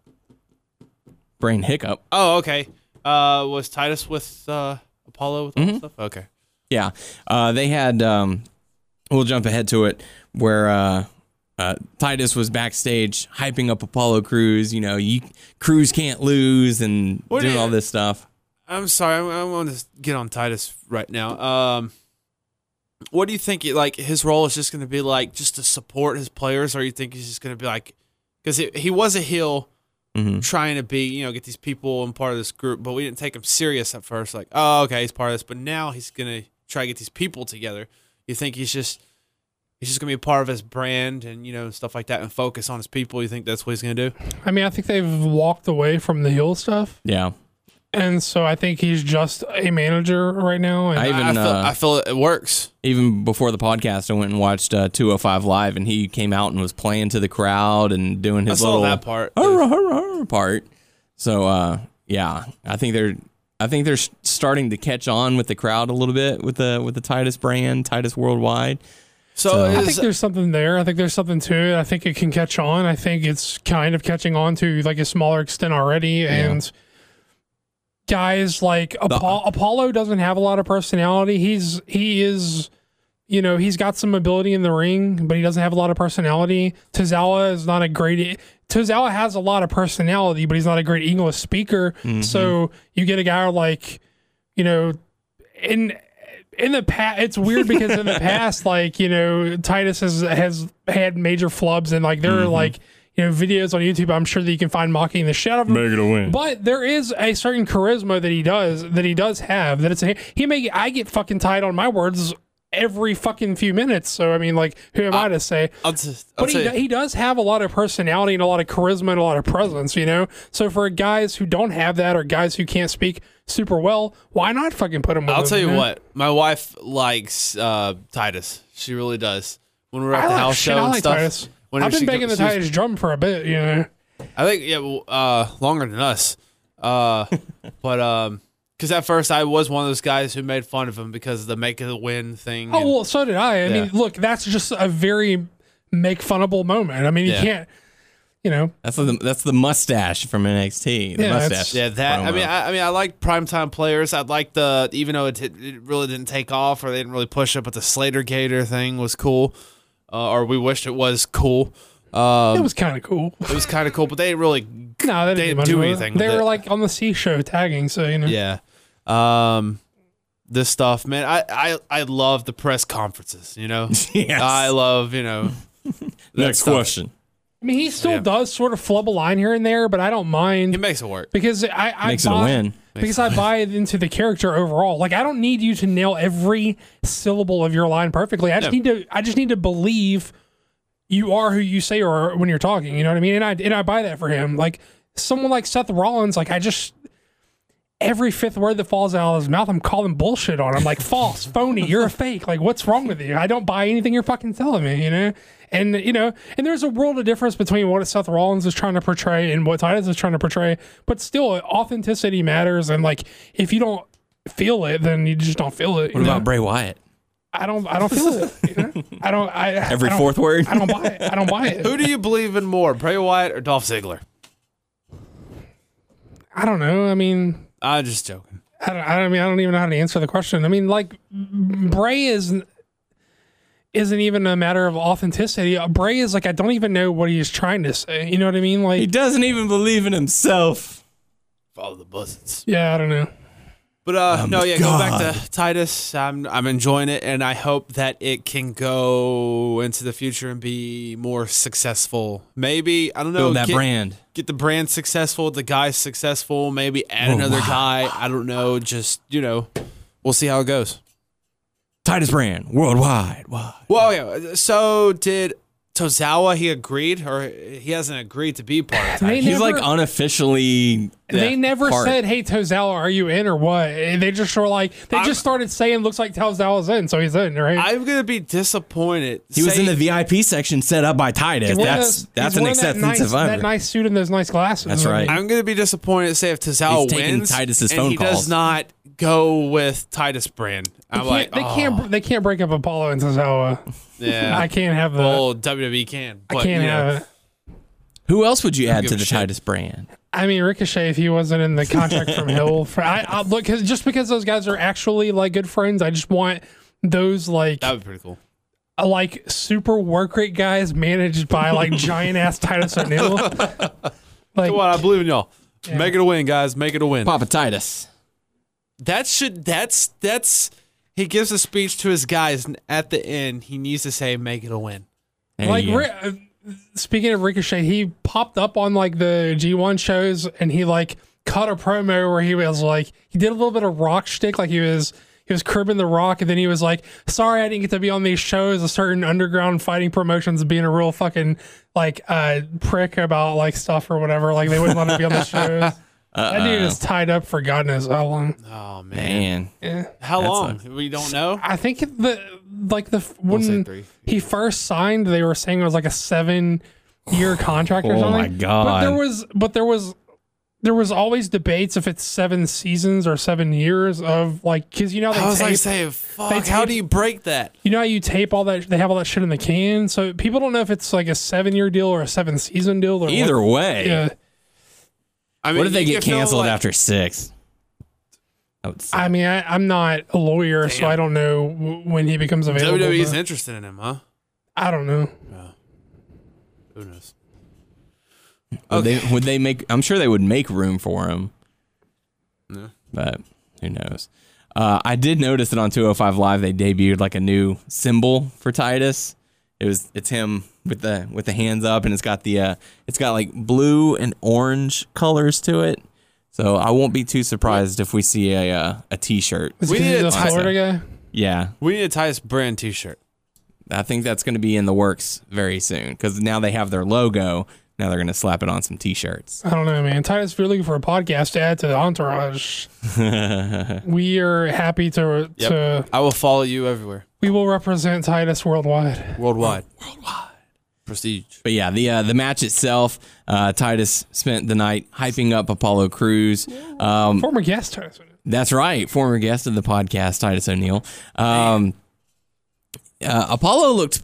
Brain hiccup. Oh, okay. Uh, was Titus with uh Apollo with all Mm-hmm. that stuff? Okay. Yeah. Uh, they had, um, we'll jump ahead to it, where uh, uh, Titus was backstage hyping up Apollo Crews. You know, you Crews can't lose and What doing do you- all this stuff. I'm sorry. I, I want to get on Titus right now. Um, what do you think? Like his role is just going to be like just to support his players, or you think he's just going to be like because he was a heel Mhm. trying to be you know get these people and part of this group, but we didn't take him serious at first. Like oh okay, he's part of this, but now he's going to try to get these people together. You think he's just he's just gonna be a part of his brand and you know stuff like that, and focus on his people. You think that's what he's gonna do? I mean, I think they've walked away from the heel stuff, Yeah. and so I think he's just a manager right now. And I even I feel, uh, I feel it works. even before the podcast, I went and watched uh, 205 live, and he came out and was playing to the crowd and doing I his saw little that part. hurrah, hurrah, hurrah part. So uh, yeah, I think they're I think they're s- starting to catch on with the crowd a little bit with the with the Titus brand, Titus Worldwide. So, So- I is, think there's something there. I think there's something to it. I think it can catch on. I think it's kind of catching on to like a smaller extent already. And guys like Apollo, Apollo doesn't have a lot of personality. He's he is, you know, he's got some ability in the ring, but he doesn't have a lot of personality. Tozawa is not a great. Tozawa has a lot of personality, but he's not a great English speaker. So you get a guy like, you know, in in the past it's weird because in the past like you know titus has has had major flubs and like there Mm-hmm. are like you know videos on youtube i'm sure that you can find mocking the shit out of him it a win. but there is a certain charisma that he does that he does have that it's a, he may i get fucking tied on my words every fucking few minutes so i mean like who am i, to say I'll just, I'll but he, say, he does have a lot of personality and a lot of charisma and a lot of presence, you know? So for guys who don't have that or guys who can't speak super well, why not fucking put him with I'll him, tell you know? what, my wife likes uh, Titus. She really does. When we're at the I like house shit, show I and like stuff, Titus. whenever I've been she banging go- the she was- Titus drum for a bit, you know. I think yeah, well, uh, longer than us. Uh, but um, because at first I was one of those guys who made fun of him because of the make of the win thing. Oh and- well, so did I. I mean, Yeah. look, that's just a very make funnable moment. I mean, you Yeah. can't, you know. That's the that's the mustache from NXT. The Yeah, that's- mustache. yeah, that. I promo. mean, I, I mean, I like primetime players. I like the even though it, did- it really didn't take off or they didn't really push it, but the Slater Gator thing was cool, uh, or we wished it was cool. Um, It was kind of cool. it was kind of cool, but they didn't really No, they They didn't didn't do do anything anything. with They were it. like on the sea show tagging, so you know. yeah um this stuff man i i, I love the press conferences you know Yes. i love you know Next stuff. question. I mean, he still Yeah. does sort of flub a line here and there, but I don't mind. he makes it work because I, I Makes it a buy, win. Because I buy into the character overall. Like I don't need you to nail every syllable of your line perfectly. I just No. need to I just need to believe you are who you say or when you're talking. You know what I mean? And I and I buy that for him. Like someone like Seth Rollins, like I just every fifth word that falls out of his mouth, I'm calling bullshit on. I'm like false, phony. You're a fake. Like what's wrong with you? I don't buy anything you're fucking telling me. You know. And you know, and there's a world of difference between what Seth Rollins is trying to portray and what Titus is trying to portray. But still, authenticity matters. And like, if you don't feel it, then you just don't feel it. you What know? about Bray Wyatt? I don't. I don't feel it. You know? I don't. I Every I don't- fourth word. I don't buy it. I don't buy it. who do you believe in more bray wyatt or dolph ziggler I don't know. I mean, i'm just joking I don't, I don't I mean I don't even know how to answer the question. I mean, like Bray is isn't even a matter of authenticity. Uh, Bray is like I don't even know what he is trying to say. You know what I mean? He Like doesn't even believe in himself. follow the buzzards yeah, I don't know. but uh no yeah go back Oh God. to titus i'm i'm enjoying it and i hope that it can go into the future and be more successful maybe i don't know Build that get- brand. get the brand successful, the guy successful, maybe add another guy. I don't know. Just you know, we'll see how it goes. Titus brand worldwide. Wide. Well, yeah. So did Tozawa? He agreed, or he hasn't agreed to be part of They it. He's never, like unofficially. they never part. said, "Hey Tozawa, are you in or what?" And they just were like they I'm- just started saying, "Looks like Tozawa's in," so he's in, right? I'm gonna be disappointed. He was Say- in the VIP section set up by Titus. He's wearing That's those- that's he's an wearing that acceptance nice, of honor. that nice suit and those nice glasses. That's I mean, right. I'm gonna be disappointed. Say if Tozawa He's taking wins, Titus's and phone he calls. does not go with Titus Brand. They I'm can't, like, they oh, can't they can't break up Apollo and Tozawa. Yeah, I can't have the well, WWE can. But, I can't you know, have it. Who else would you add to give the a shit. Titus brand? I mean, Ricochet, if he wasn't in the contract from Hill, for, I, I look 'cause- just because those guys are actually like good friends. I just want those like That would be pretty cool. uh, like super work rate guys managed by like giant ass Titus O'Neil. Like Come on, I believe in y'all. Make it a win, guys. Make it a win. Papa Titus. That should that's that's he gives a speech to his guys and at the end he needs to say make it a win. There like you go. Ri- uh, speaking of Ricochet, he popped up on like the G1 shows and he like cut a promo where he was like he did a little bit of rock shtick, like he was he was curbing the rock, and then he was like, "Sorry, I didn't get to be on these shows. A certain underground fighting promotions being a real fucking like uh, prick about like stuff or whatever. Like they wouldn't let him be on the shows." That dude is tied up for God knows how long. Oh Man, man, Yeah. how That long? sucks. We don't know. I think the like the say when three. he first signed, they were saying it was like a seven year contract or Oh, something. my But God. there was but there was there was always debates if it's seven seasons or seven years of like because you know they I was like, tape- saying, they fuck. How tape- do you break that? you know how you tape all that they have all that shit in the can so people don't know if it's like a seven year deal or a seven season deal or either what, way, yeah I mean, what if they you get can feel canceled like- after six? That would suck. I mean I, I'm not a lawyer so Damn. I don't know w- when he becomes available WWE's but E interested in him, huh? I don't know Who knows? Would, they, would they make? I'm sure they would make room for him. No. but who knows? Uh, I did notice that on 205 Live they debuted like a new symbol for Titus. It was it's him with the with the hands up, and it's got the uh, it's got like blue and orange colors to it. So I won't be too surprised if we see a uh, a T-shirt. Is We he need the a tie- Florida guy Yeah, We need a Tyus brand T-shirt. I think that's going to be in the works very soon because now they have their logo. Now they're going to slap it on some T-shirts. I don't know, man. Titus, if you're looking for a podcast to add to the entourage, we are happy to to I will follow you everywhere, we will represent Titus worldwide. worldwide. Worldwide. Prestige. But yeah, the uh, the match itself, uh, Titus spent the night hyping up Apollo Crews. Um, Former guest Titus. That's right. Former guest of the podcast, Titus O'Neill. Um, uh, Apollo looked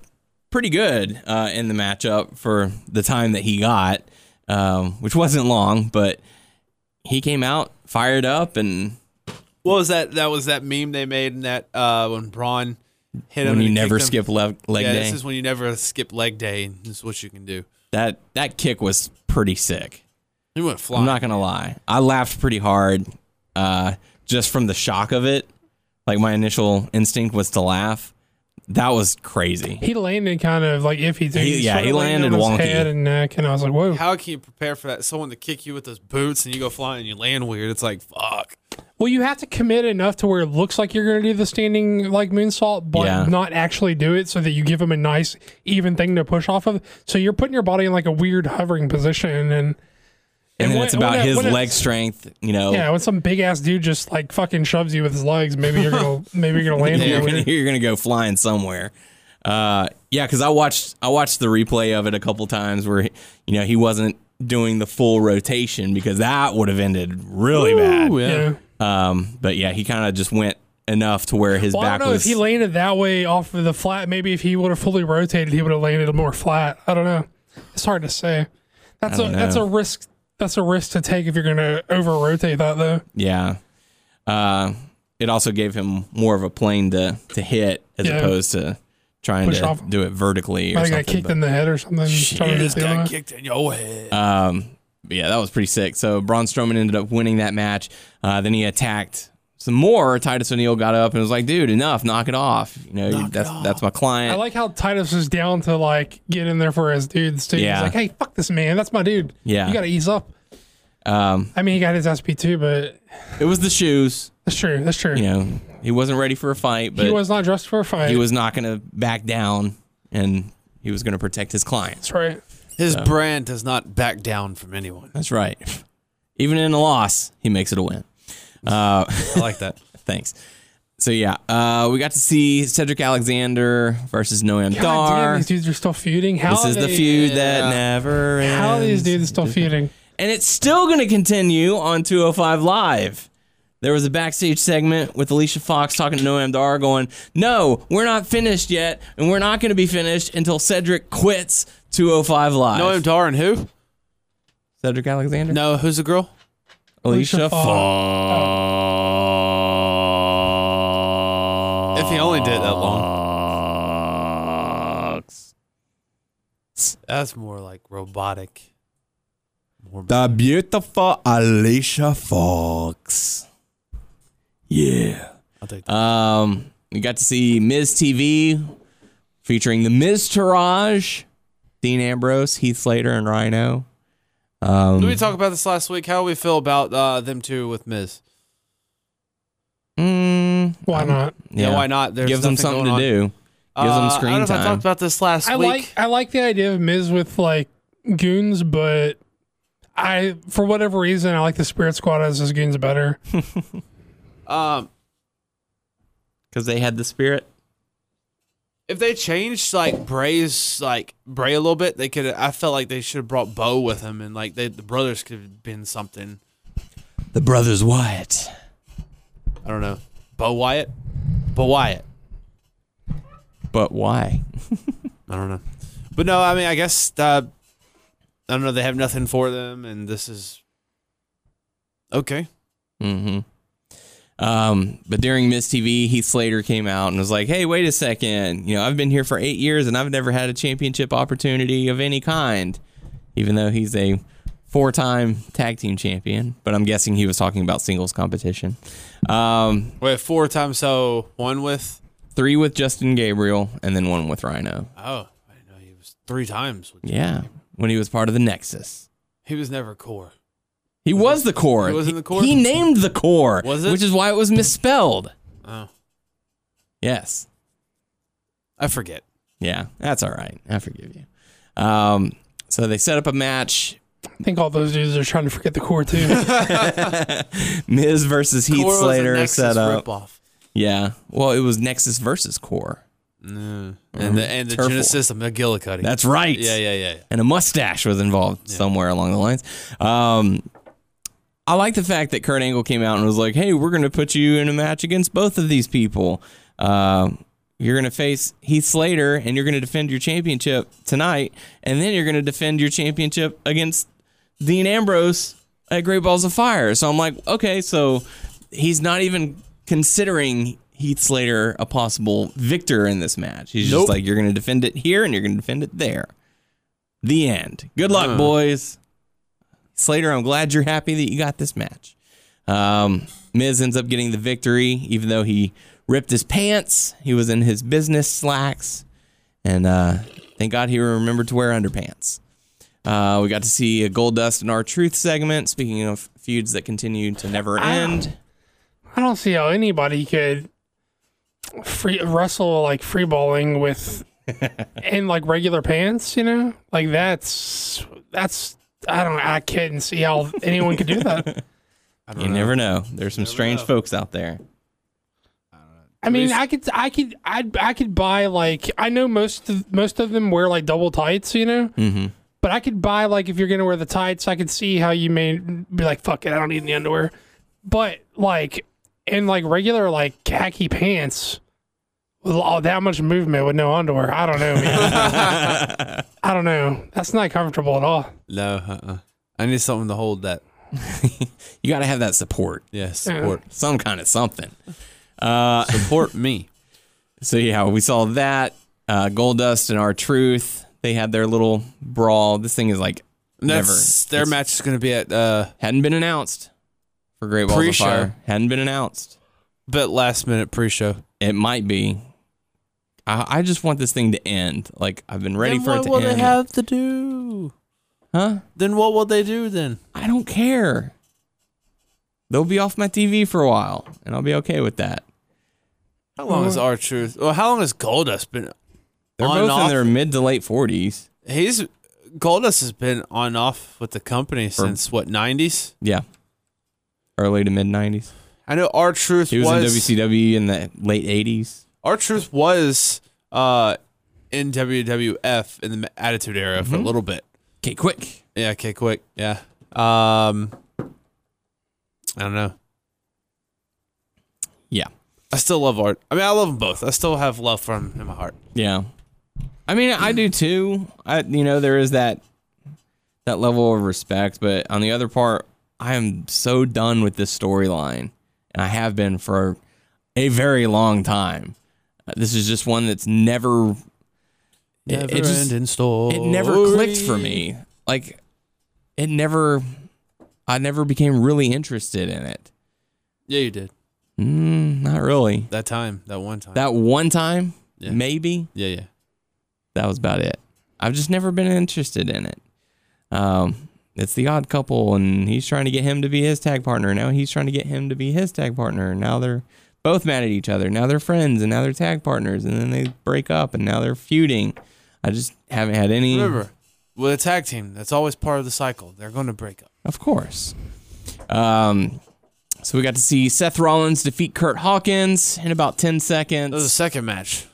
pretty good uh, in the matchup for the time that he got, um, which wasn't long, but he came out fired up and What was that? That was that meme they made in that uh, when Braun hit when him. and you he never kicked him. skip leg, leg yeah, day. this is when you never skip leg day. and This is what you can do. that that kick was pretty sick. He went flying. I'm not gonna lie. I laughed pretty hard uh, just from the shock of it. Like my initial instinct was to laugh. That was crazy. He landed kind of like iffy too. He- yeah, sort of he landed on wonky. his head and neck, and I was like, whoa. How can you prepare for that? Someone to kick you with those boots and you go flying and you land weird. It's like fuck. Well, you have to commit enough to where it looks like you're going to do the standing like moonsault, but Yeah. not actually do it, so that you give him a nice even thing to push off of. So you're putting your body in like a weird hovering position, and and then when- it's about when it- his when it- leg strength, you know. yeah, when some big ass dude just like fucking shoves you with his legs, maybe you're gonna maybe you're gonna land. you're, weird. gonna, you're gonna go flying somewhere. Uh, yeah, because I watched I watched the replay of it a couple times where he, you know he wasn't doing the full rotation because that would have ended really bad. yeah. Um, but yeah, he kind of just went enough to where his Well, I back don't know was. if he landed that way off of the flat. Maybe if he would have fully rotated, he would have landed more flat. I don't know. It's hard to say. That's a don't that's know. a risk. That's a risk to take if you're going to over rotate that though. yeah. Uh, it also gave him more of a plane to to hit as Yeah. opposed to trying Push to off. do it vertically or I got something. kicked but- in the head or something. Trying to Just do that. got kicked in your head. Um, but yeah, that was pretty sick. So Braun Strowman ended up winning that match. Uh, then he attacked some more. Titus O'Neil got up and was like, "Dude, enough! Knock it off! You know, that's that's my I client." like how Titus was down to like get in there for his dudes too. Yeah. He's like, hey, fuck this man. That's my dude. Yeah. You got to ease up. um, I mean, he got his SP too, but it was the shoes. that's true. That's true. You know, he wasn't ready for a fight, but he was not dressed for a fight. not going to back down, and he was going to protect his clients. That's right. His brand does not back down from anyone. That's right. Even in a loss, he makes it a win. Uh, I like that. thanks. So yeah, uh, we got to see Cedric Alexander versus Noam God Dar. damn, these dudes are still feuding. How This are is the they- feud that never ends. How are these dudes still feuding? And it's still going to continue on 205 Live. There was a backstage segment with Alicia Fox talking to Noam Dar going, No, we're not finished yet, and we're not going to be finished until Cedric quits 205 Live. Noam Dar and who? Cedric Alexander? No, who's the girl? Alicia Alicia Fox. If he only did it that long. That's more like robotic. More The beautiful Alicia Fox. Yeah. I'll take that. Um, we got to see Ms. TV featuring the Ms. Taraj, Dean Ambrose, Heath Slater, and Rhino. Did Um, we talk about this last week? How we feel about uh, them two with Miz? Mm, Why not? Yeah, why not? There's Gives them nothing something to going on. do. Gives them Uh, I screen don't know if I time. talked about this last I week. like I like the idea of Miz with like goons, but I for whatever reason I like the Spirit Squad as his goons better. um, Because they had the spirit. if they changed like Bray's like Bray a little bit, they could. I felt like they should have brought Bo with him, and like they, the brothers could have been something. The brothers Wyatt. I don't know. Bo Wyatt, Bo Wyatt. But why? I don't know. But no, I mean, I guess uh, I don't know. They have nothing for them, and this is okay. hmm Um, but during Miss TV, Heath Slater came out and was like, "Hey, wait a second. You know, I've been here for eight years and I've never had a championship opportunity of any kind, even though he's a four-time tag team champion." But I'm guessing he was talking about singles competition. Um, Wait, four times so one with. three with Justin Gabriel and then one with Rhino. Oh, I didn't know he was three times. Yeah, when he was part of the Nexus. He was never core. He was the core. He was in the core? He named the core. Was it? Which is why it was misspelled. Oh, Yes. I forget. Yeah, that's all right. I forgive you. Um, so they set up a match: I think all those dudes are trying to forget the core too. Miz versus Heath Core was a Slater Nexus set up. ripoff. Yeah. Well, it was Nexus versus Core. No. Mm. And the and the Turfle. Genesis of McGillicuddy. Mm-hmm. That's right. yeah, yeah, yeah. yeah. And a mustache was involved somewhere along the lines. Um, I like the fact that Kurt Angle came out and was like, "Hey, we're going to put you in a match against both of these people. Um, you're going to face Heath Slater, and you're going to defend your championship tonight, and then you're going to defend your championship against Dean Ambrose at Great Balls of Fire." So I'm like, okay, so he's not even considering Heath Slater a possible victor in this match. He's just Nope. like, "You're going to defend it here, and you're going to defend it there." The end. Good luck, Huh. boys. Slater, I'm glad you're happy that you got this match. Um, Miz ends up getting the victory, even though he ripped his pants. He was in his business slacks, and uh, thank God he remembered to wear underpants. Uh, we got to see a Gold Dust and Our Truth segment. Speaking of feuds that continue to never end, I don't see how anybody could free wrestle like free balling with in like regular pants. You know, like that's that's I don't I couldn't see how anyone could do that. I you know. never know. There's some strange folks out there. I mean, least- I could, I could, I, I could buy like I know most of, most of them wear like double tights, you know. Mm-hmm. But I could buy like if you're gonna wear the tights, I could see how you may be like, fuck it, I don't need any underwear. But like in like regular like khaki pants, with all that much movement with no underwear, I don't know, man. I don't know. That's not comfortable at all. No, uh-uh. I need something to hold that. Mm. You got to have that support, Yeah, support. some kind of something. Uh, Support me. So yeah, we saw that uh, Goldust and our Truth. They had their little brawl. This thing is like That's, never Their it's- match is going to be at, uh, hadn't been announced for Great Balls Pre-show. of Fire. Hadn't been announced. but last minute pre show. It might be. I, I just want this thing to end. Like I've been ready for it to What will end. they have to do? huh? Then what will they do then? I don't care. They'll be off my TV for a while, and I'll be okay with that. How long is R Truth? Well, how long has Goldust been? They're On and both in off? their mid to late forties. He's Goldust has been on and off with the company since what nineties. Yeah, early to mid nineties. I know R Truth He was, in WCW in the late eighties. Our Truth was uh, in WWF in the Attitude Era for a little bit. Okay, quick. Yeah, okay, quick. Yeah. Um, I don't know. Yeah. I still love Art. I mean, I love them both. I still have love for them in my heart. Yeah. I mean, I do too. I you know, there is that that level of respect, but on the other part, I am so done with this storyline. And I have been for a very long time. Uh, This is just one that's never it- it, just story. it never clicked for me. Like it never I never became really interested in it. Yeah, you did Mm, not really. that time, that one time. That one time, Yeah. maybe. yeah, yeah. that was about it. I've just never been interested in it. Um, it's the odd couple, and he's trying to get him to be his tag partner. Now he's trying to get him to be his tag partner. Now they're both mad at each other. Now they're friends, and now they're tag partners, and then they break up, and now they're feuding. I just haven't had any. Remember, with a tag team, that's always part of the cycle. They're going to break up. Of course. Um, so we got to see Seth Rollins defeat Kurt Hawkins in about 10 That was the seconds. second match.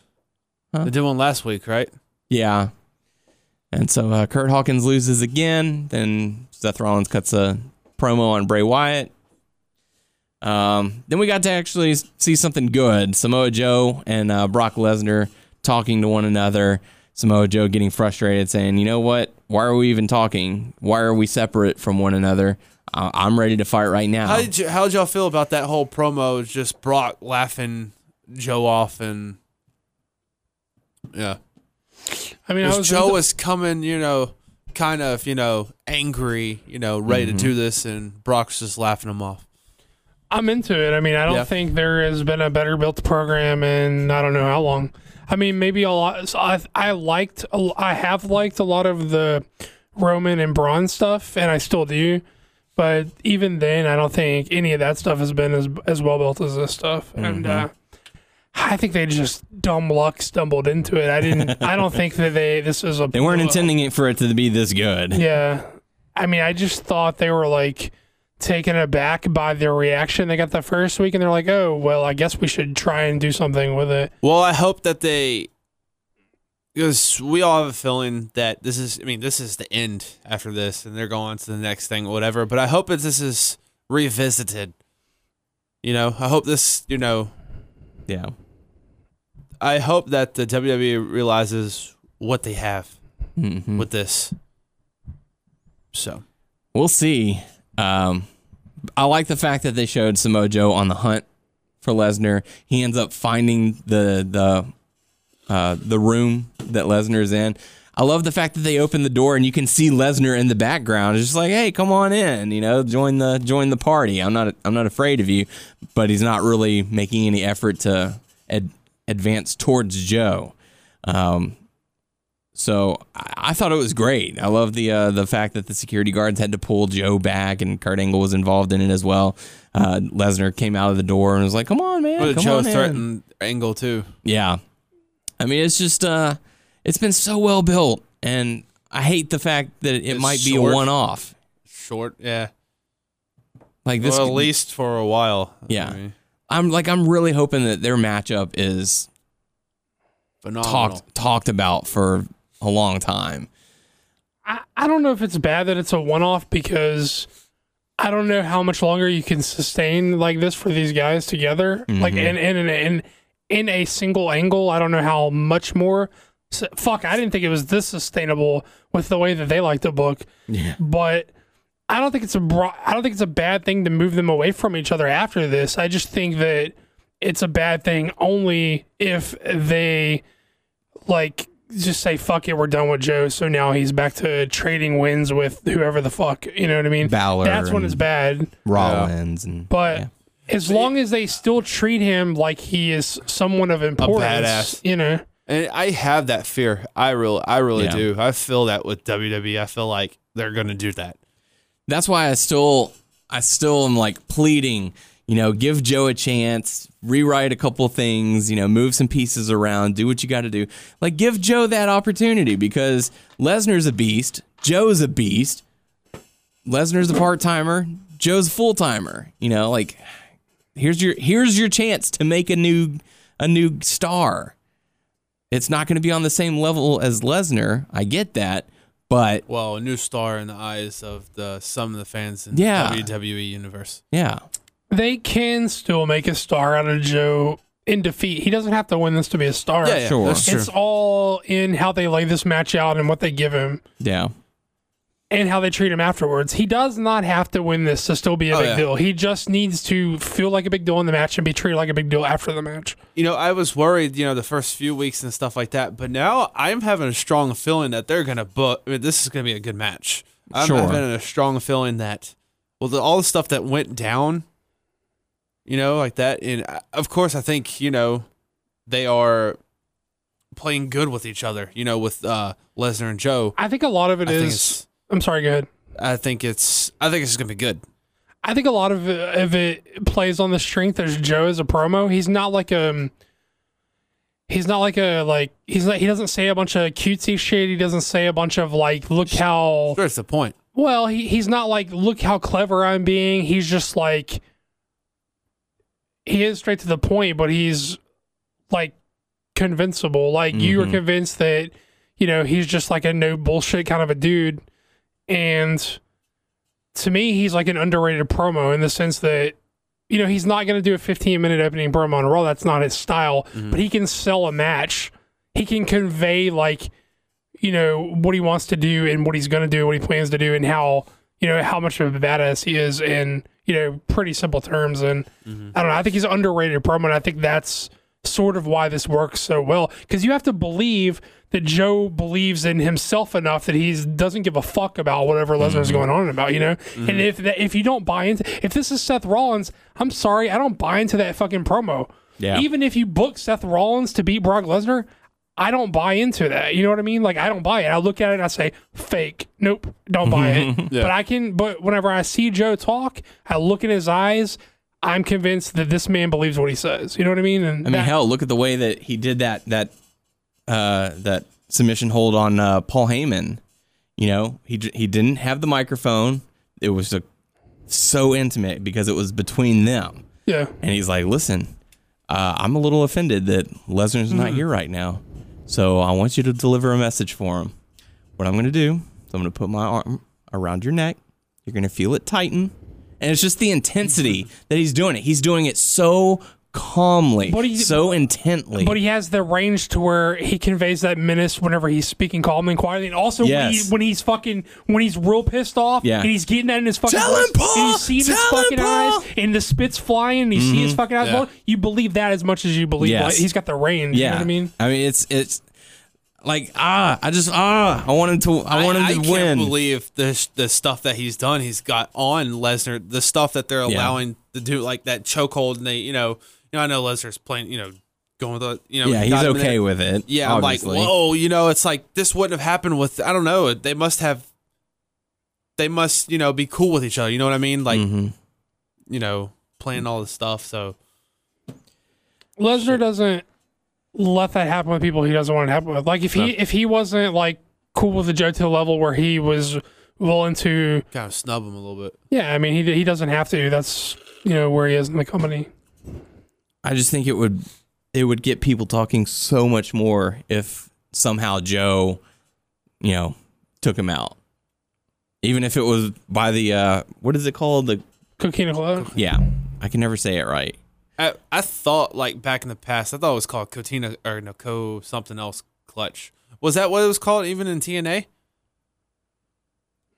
Huh? They did one last week, right? Yeah. And so uh, Kurt Hawkins loses again. Then Seth Rollins cuts a promo on Bray Wyatt. Um, then we got to actually s- see something good Samoa Joe and uh, Brock Lesnar talking to one another. Samoa Joe getting frustrated, saying, You know what? Why are we even talking? Why are we separate from one another? I- I'm ready to fight right now. How did you, how did y'all feel about that whole promo? It's Just Brock laughing Joe off and yeah, I mean, I 'Cause was Joe was coming, you know, kind of you know angry, you know, ready Mm-hmm. to do this, and Brock's just laughing him off. I'm into it. I mean, I don't Yeah. think there has been a better built program in I don't know how long. I mean, maybe a lot. so I I liked a l- I have liked a lot of the Roman and Braun stuff, and I still do. But even then, I don't think any of that stuff has been as as well built as this stuff. And Mm-hmm. uh, I think they just dumb luck stumbled into it. I didn't. I don't think that they this is a They weren't intending it for it to be this good. Yeah. I mean, I just thought they were like taken aback by their reaction they got the first week, and they're like, oh, well, I guess we should try and do something with it. Well, I hope that they, because we all have a feeling that this is. I mean, this is the end after this, and they're going to the next thing, whatever. But I hope that this is revisited. You know, I hope this. You know, Yeah. I hope that the WWE realizes what they have hmm with this. So We'll see. Um, I like the fact that they showed Samoa Joe on the hunt for Lesnar. He ends up finding the the uh, the room that Lesnar's in. I love the fact that they open the door and you can see Lesnar in the background. It's just like, hey, come on in, you know, join the join the party. I'm not I'm not afraid of you, but he's not really making any effort to ad- advance towards Joe. Um, so I, I thought it was great. I love the uh, the fact that the security guards had to pull Joe back, and Kurt Angle was involved in it as well. Uh, Lesnar came out of the door and was like, "Come on, man, well, come Joe on in." threatened Angle too. Yeah, I mean, it's just uh, it's been so well built, and I hate the fact that it It's might be short. a one off. Short, yeah. Like this, well, at least for a while. I Yeah. mean, I'm like I'm really hoping that their matchup is phenomenal. talked talked about for a long time. I, I don't know if it's bad that it's a one off because I don't know how much longer you can sustain like this for these guys together. Like in in in in in a single angle, I don't know how much more. s fuck, I didn't think it was this sustainable with the way that they like to book. Yeah. But I don't think it's a bro- I don't think it's a bad thing to move them away from each other after this. I just think that it's a bad thing only if they like just say fuck it, we're done with Joe. So now he's back to trading wins with whoever the fuck. You know what I mean? Balor That's when it's and- bad. Rollins and But yeah. as long as they still treat him like he is someone of importance, badass. you know. And I have that fear. I really, I really Yeah. do. I feel that with WWE. I feel like they're gonna do that. that's why I still I still am like pleading, you know, give Joe a chance, rewrite a couple things, you know, move some pieces around, do what you got to do. Like give Joe that opportunity because Lesnar's a beast, Joe's a beast. Lesnar's a part-timer, Joe's a full-timer, you know, like here's your here's your chance to make a new a new star. It's not going to be on the same level as Lesnar. I get that, but Well, a new star in the eyes of the some of the fans in Yeah. WWE universe. yeah, They can still make a star out of Joe in defeat. He doesn't have to win this to be a star. Sure. that's true. It's all in how they lay this match out and what they give him yeah. and how they treat him afterwards. He does not have to win this to still be a Oh, big yeah. deal. He just needs to feel like a big deal in the match and be treated like a big deal after the match. you know, I was worried, you know, the first few weeks and stuff like that, but now I'm having a strong feeling that they're gonna book. I mean, this is gonna be a good match. I'm Sure. having a strong feeling that, well, the, all the stuff that went down, you know, like that, and uh, of course, I think you know, they are playing good with each other. You know, with uh, Lesnar and Joe. I think a lot of it I think is. it's- I'm sorry, go ahead. I think it's I think it's gonna be good. I think a lot of it, of it plays on the strength of Joe as a promo. He's not like a. He's not like a like he's not he doesn't say a bunch of cutesy shit. He doesn't say a bunch of like look how Sure, it's the point. well he, he's not like look how clever I'm being. He's just like he is straight to the point, but he's like convincible. Like you were Mhm. convinced that you know he's just like a no bullshit kind of a dude, and to me he's like an underrated promo in the sense that you know he's not going to do a 15 minute opening promo on Raw. That's not his style, but he can sell a match. He can convey like you know what he wants to do and what he's going to do, what he plans to do, and how you know how much of a badass he is in you know pretty simple terms. And I don't know. I think he's an underrated promo, and I think that's sort of why this works so well because you have to believe that Joe believes in himself enough that he doesn't give a fuck about whatever Lesnar's going on about, you know. And if that, if you don't buy into if this is Seth Rollins, I'm sorry, I don't buy into that fucking promo. Yeah. Even if you book Seth Rollins to beat Brock Lesnar, I don't buy into that. You know what I mean? Like I don't buy it. I look at it and I say, fake. Nope, don't buy it. But I can but whenever I see Joe talk, I look in his eyes, I'm convinced that this man believes what he says. You know what I mean? And I mean, hell, look at the way that he did that that uh, that submission hold on uh, Paul Heyman. You know, he j- he didn't have the microphone. It was a, so intimate because it was between them. yeah. And he's like, "Listen, uh, I'm a little offended that Lesnar's not here right now, so I want you to deliver a message for him. What I'm going to do is I'm going to put my arm around your neck. You're going to feel it tighten, and it's just the intensity that he's doing it. He's doing it so calmly, But he- so intently. But he has the range to where he conveys that menace whenever he's speaking calmly and quietly. And also when, he, Yes. when he's fucking when he's real pissed off Yeah. and he's getting that in his fucking Tell voice, him, Paul! and you see it in his Tell him, fucking Paul! Mm-hmm. eyes and the spit's flying and you see his fucking eyes Yeah. blowing, you believe that as much as you believe Yes. like, he's got the range. yeah, You know what I mean? I mean, it's it's like ah, I just ah, I want him to, I want him to can't win. believe the sh- the stuff that he's done. He's got on Lesnar, the stuff that they're allowing to do, like that chokehold, and they, you know, you know, I know Lesnar's playing, you know, going with the, you know, yeah, he's got him in okay it. with it. Yeah, obviously. I'm like, whoa, you know, it's like this wouldn't have happened with. I don't know. They must have. They must, you know, be cool with each other. You know what I mean? Like, Mhm. you know, playing all this stuff. So Lesnar doesn't let that happen with people he doesn't want it to happen with. Like if he if he wasn't like cool with the Joe to the level where he was willing to kind of snub him a little bit. yeah, I mean he he doesn't have to. That's you know where he is in the company. I just think it would it would get people talking so much more if somehow Joe, you know, took him out. Even if it was by the uh what is it called? The Coquina Club. yeah. I can never say it right. I, I thought like back in the past, I thought it was called Cotina or no, Co something else clutch. Was that what it was called even in TNA?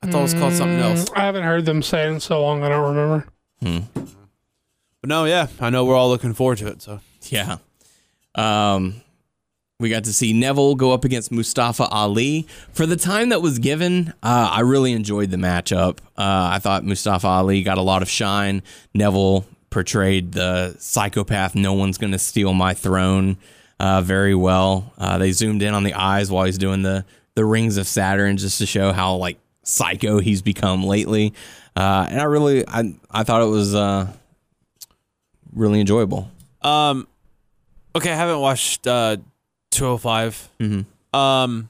I thought it was called something else. Mm, I haven't heard them say it in so long. I don't remember. But no, yeah, I know we're all looking forward to it. So Yeah. Um, we got to see Neville go up against Mustafa Ali. For the time that was given, uh, I really enjoyed the matchup. Uh, I thought Mustafa Ali got a lot of shine. Neville portrayed the psychopath, no one's going to steal my throne, uh, very well. Uh, they zoomed in on the eyes while he's doing the, the rings of Saturn just to show how like psycho he's become lately. Uh, and I really, I, I thought it was uh, really enjoyable. um okay, I haven't watched uh 205. Mhm. Um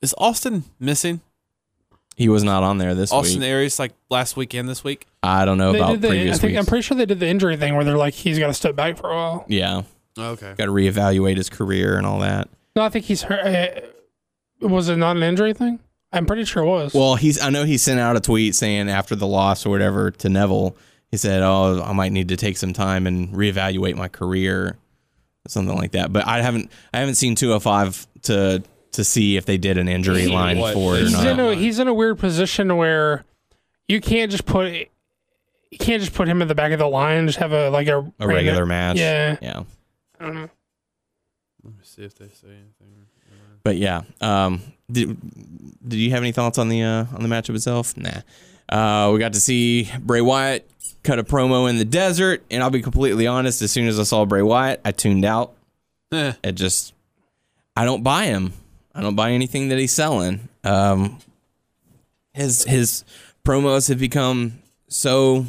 is Austin missing? He was not on there this Austin week. Aries like last week and this week? I don't know They about did the, I previous think I'm weeks. pretty sure they did the injury thing where they're like he's got to step back for a while. yeah, Okay. got to reevaluate his career and all that. No, I think he's hurt. Uh, was it not an injury thing? I'm pretty sure it was. Well, he's I know he sent out a tweet saying after the loss or whatever to Neville, he said, "Oh, I might need to take some time and reevaluate my career." Something like that. But I haven't I haven't seen 205 to to see if they did an injury He- line what? for it or he's in not. a he's in a weird position where you can't just put you can't just put him in the back of the line. Just have a like a, A regular match. Yeah. Yeah. I don't know. Let me see if they say anything. But yeah, um, did, did you have any thoughts on the uh, on the matchup itself? Nah. Uh, we got to see Bray Wyatt cut a promo in the desert, and I'll be completely honest. As soon as I saw Bray Wyatt, I tuned out. Eh. It just, I don't buy him. I don't buy anything that he's selling. Um, his his promos have become so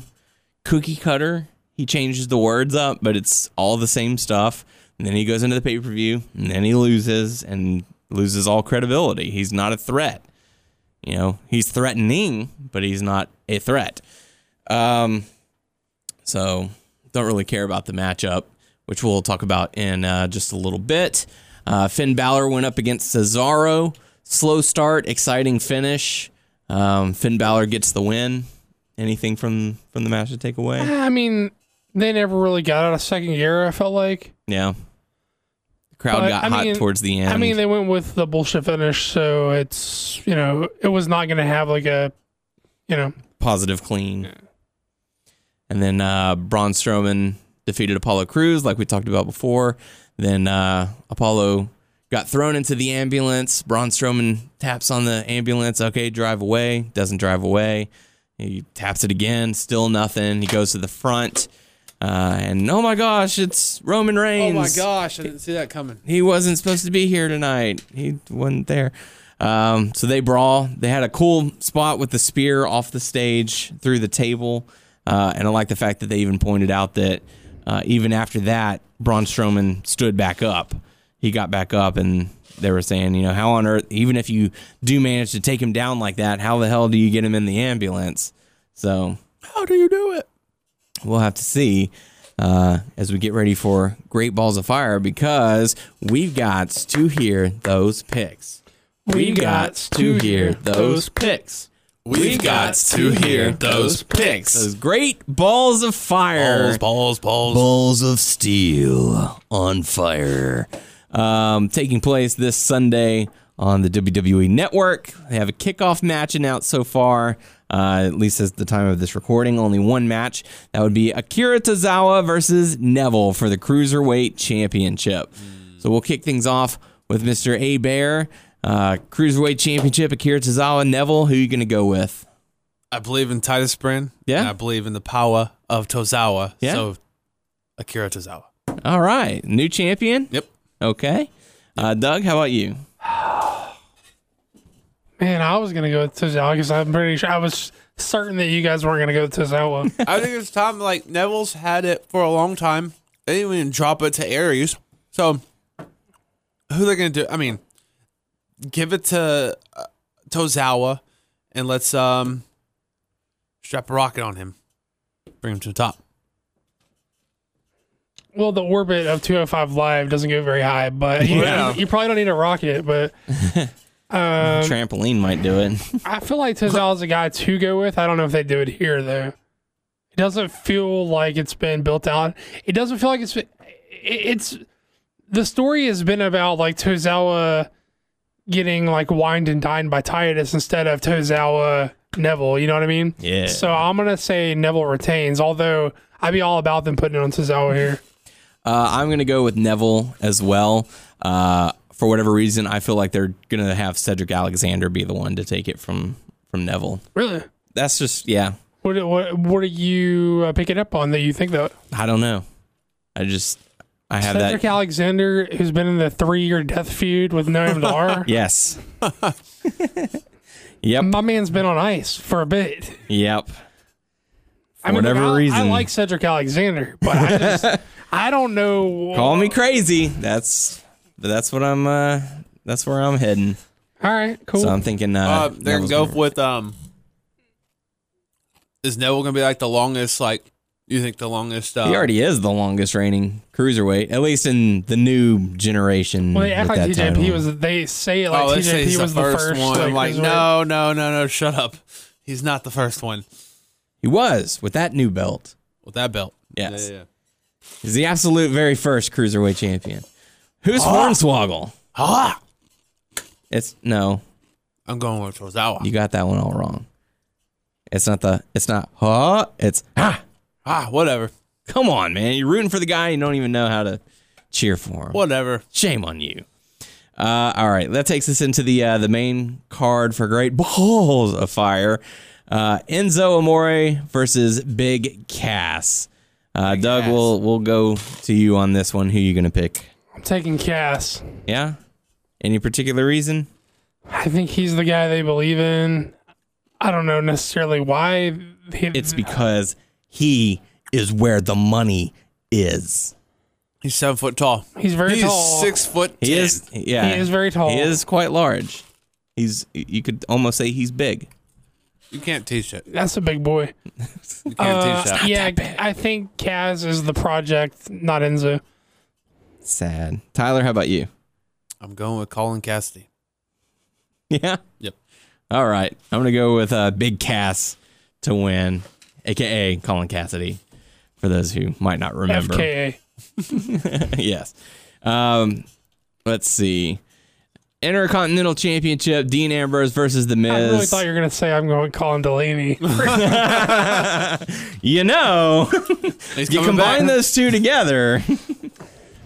cookie cutter. He changes the words up, but it's all the same stuff. And then he goes into the pay per view, and then he loses and loses all credibility. He's not a threat. You know, he's threatening, but he's not a threat. Um, so don't really care about the matchup, which we'll talk about in uh, just a little bit. Uh, Finn Balor went up against Cesaro. Slow start, exciting finish. Um, Finn Balor gets the win. Anything from from the match to take away? I mean, they never really got out of second gear. I felt like. Yeah. The crowd But, got I hot mean- towards the end. I mean, they went with the bullshit finish, so it's you know it was not going to have like a, you know, positive clean. And then uh, Braun Strowman defeated Apollo Cruz, like we talked about before. Then uh, Apollo got thrown into the ambulance. Braun Strowman taps on the ambulance. Okay, drive away. Doesn't drive away. He taps it again. Still nothing. He goes to the front. Uh, and oh my gosh, it's Roman Oh Reigns my gosh, I didn't see that coming. he wasn't supposed to be here tonight. He wasn't there. Um, so they brawl. They had a cool spot with the spear off the stage through the table, uh, and I like the fact that they even pointed out that uh, even after that, Braun Strowman stood back up. He got back up, and they were saying, you know, how on earth, even if you do manage to take him down like that, how the hell do you get him in the ambulance? So How do you do it? we'll have to see uh, as we get ready for Great Balls of Fire because we've got to hear those picks. We gots to hear those picks. We've gots to hear those picks. Those Great Balls of Fire. balls, balls. Balls of Steel on Fire. Um, taking place this Sunday on the WWE Network. They have a kickoff match announced so far, uh, at least as the time of this recording, only one match. That would be Akira Tozawa versus Neville for the Cruiserweight Championship. So we'll kick things off with Mr. A Bear. Uh, Cruiserweight Championship, Akira Tozawa, Neville. Who you going to go with? I believe in Titus Brand. Yeah. and I believe in the power of Tozawa. Yeah. So Akira Tozawa. All right. New champion? Yep. Okay. Uh, Doug, how about you? man, I was going to go with Tozawa because I'm pretty sure I was certain that you guys weren't going to go with Tozawa. I think it's time. Like Neville's had it for a long time. They didn't even drop it to Aries. So who they're gonna do? I mean, give it to uh, Tozawa, and let's um strap a rocket on him, bring him to the top. well, the orbit of 205 Live doesn't go very high, but you, Yeah. you probably don't need a rocket, but. Um, Trampoline might do it. I feel like Tozawa's a guy to go with. I don't know if they do it here though. It doesn't feel like it's been built out. It doesn't feel like it's it- it's the story has been about like Tozawa getting like wined and dined by Titus instead of Tozawa Neville. You know what I mean? Yeah. So I'm gonna say Neville retains. Although I'd be all about them putting it on Tozawa here. Uh, I'm going to go with Neville as well. Uh, for whatever reason, I feel like they're going to have Cedric Alexander be the one to take it from from Neville. Really? That's just yeah. What what what are you uh, picking up on that you think that I don't know. I just I have Cedric that. Alexander, who's been in the three-year death feud with no MDR, yes. yep. My man's been on ice for a bit. Yep. I mean, whatever look, I, I reason. like Cedric Alexander, but I just I don't know. Call me crazy. That's that's what I'm. Uh, that's where I'm heading. All right, cool. So I'm thinking. Uh, Uh, they're gonna Neville's go gonna- with um. Is Neville gonna be like the longest? Like you think the longest? Uh, He already is the longest reigning cruiserweight, at least in the new generation. well, they act with like that TJP title. was. They say it like Oh, let's say he's TJP the was the first, first. one. I'm like, cruiserweight. no, no, no, no. Shut up. He's not the first one He was with that new belt. with that belt. Yes. Yeah, yeah, yeah. He's the absolute very first cruiserweight champion. Who's Hornswoggle? Ah, It's no, I'm going with Tozawa. you got that one all wrong. It's not the. It's not. Huh? It's ah. ah, whatever, Come on, man. You're rooting for the guy. You don't even know how to cheer for him. whatever. Shame on you. Uh, all right, that takes us into the uh, the main card for Great Balls of Fire. Uh, Enzo Amore versus Big Cass. Uh, Doug, we'll we'll go to you on this one. Who you gonna pick? I'm taking Cass. Yeah. Any particular reason? I think he's the guy they believe in. I don't know necessarily why. He, It's because he is where the money is. He's seven foot tall. he's very He's tall. six foot. He ten. is yeah. He is very tall. He is quite large. He's you could almost say he's big. You can't teach it. That's a big boy. You can't Uh, teach that. yeah, I think Kaz is the project, not Enzo. Sad. Tyler, how about you? I'm going with Colin Cassidy. Yeah. Yep. All right. I'm gonna go with uh, Big Cass to win, aka Colin Cassidy, for those who might not remember. FKA. yes. Um, let's see. Intercontinental Championship: Dean Ambrose versus The Miz. I really thought you were gonna say I'm going Colin Delaney. Um, you know, He's you coming combine back. those two together.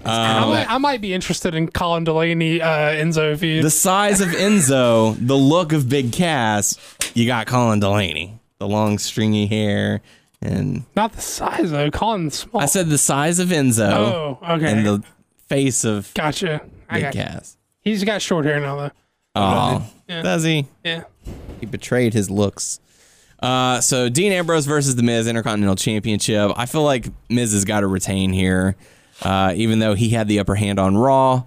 I, might, I might be interested in Colin Delaney uh, Enzo feud. the size of Enzo, the look of Big Cass, you got Colin Delaney. The long stringy hair and not the size though. Colin's small. I said the size of Enzo oh, okay. and the face of gotcha. I Big got, Cass. he's got short hair now though. Oh, Yeah. does he? Yeah. He betrayed his looks. Uh, so Dean Ambrose versus The Miz Intercontinental Championship. I feel like Miz has got to retain here, uh, even though he had the upper hand on Raw.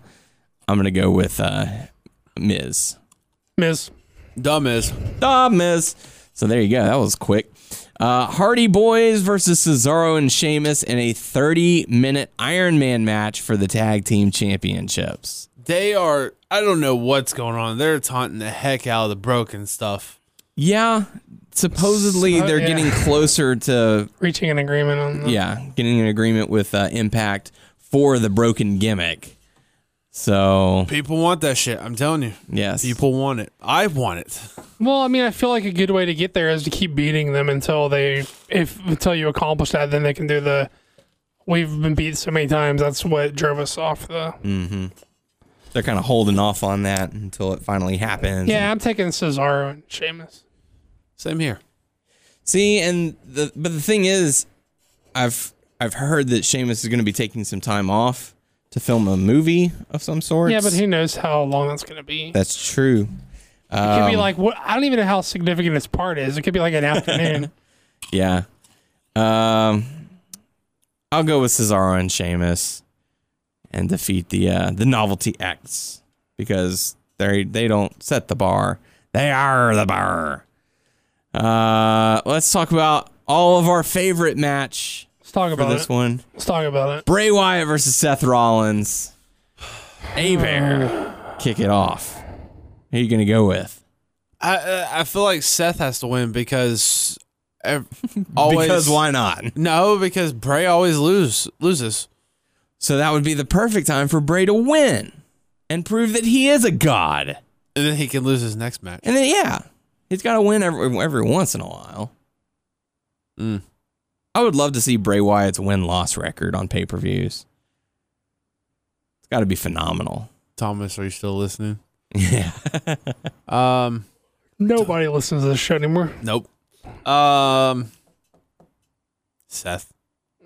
I'm gonna go with uh, Miz. Miz. Dumb is. Ah, Miz. So there you go. That was quick. Uh, Hardy Boys versus Cesaro and Sheamus in a 30-minute Iron Man match for the tag team championships. They are. I don't know what's going on. They're taunting the heck out of the broken stuff. Yeah, supposedly So- they're yeah. getting closer to Reaching an agreement on the, yeah, getting an agreement with uh, Impact for the broken gimmick. So People want that shit. I'm telling you. yes, People want it. I want it. Well, I mean, I feel like a good way to get there is to keep beating them until they, if until you accomplish that, then they can do the. We've been beat so many times. That's what drove us off the. they're kind of holding off on that until it finally happens. Yeah, I'm taking Cesaro and Sheamus. Same here. See, and the but the thing is, I've I've heard that Seamus is going to be taking some time off to film a movie of some sort. Yeah, but who knows how long that's gonna be? It that's true. could be Um, like what I don't even know how significant this part is. It could be like an afternoon. Yeah. Um, I'll go with Cesaro and Sheamus and defeat the uh, the novelty acts because they they don't set the bar. They are the bar. Uh, let's talk about all of our favorite match Let's talk for about this it. one: Let's talk about it. Bray Wyatt versus Seth Rollins. A bear, kick it off. Who you gonna go with? I uh, I- I feel like Seth has to win because ev- always Because why not? No, because Bray always lose loses. So that would be the perfect time for Bray to win and prove that he is a god. And then he can lose his next match. And then, yeah, he's got to win every, every once in a while. Mm. I would love to see Bray Wyatt's win loss record on pay per views. It's got to be phenomenal. Thomas, are you still listening? Yeah. Um Nobody listens to this show anymore. Nope. Um Seth.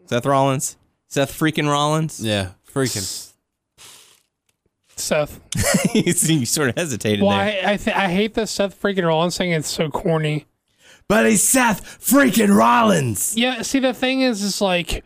Seth Rollins. Seth freaking Rollins. Yeah. Freaking. Seth. you sort of hesitated Well, there. I I, th- I hate that Seth freaking Rollins thing. It's so corny. But he's Seth freaking Rollins. Yeah, see the thing is is like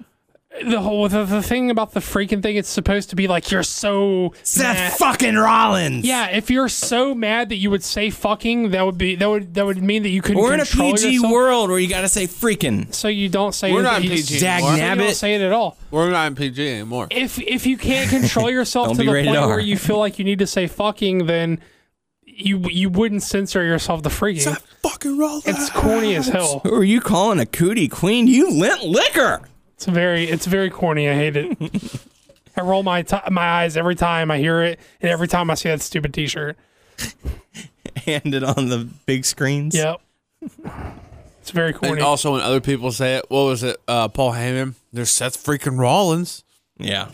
the whole the, the thing about the freaking thing it's supposed to be like you're so Seth mad. fucking Rollins. Yeah, if you're so mad that you would say fucking, that would be that would that would mean that you couldn't We're in a control PG yourself, world where you got to say freaking. so you don't say We're it, not you PG just- Dag so you don't nabbit. say it at all. We're not in PG anymore. If if you can't control yourself Don't to be the rated point R. where you feel like you need to say fucking, then you you wouldn't censor yourself the freaking. fucking Rollins. it's corny as hell. Who are you calling a cootie queen? You lent liquor. It's very, it's very corny. I hate it. I roll my t- my eyes every time I hear it, and every time I see that stupid T-shirt. Handed on the big screens. Yep, it's very And corny. also when other people say it, what was it? Uh Paul Heyman. There's Seth freaking Rollins. Yeah.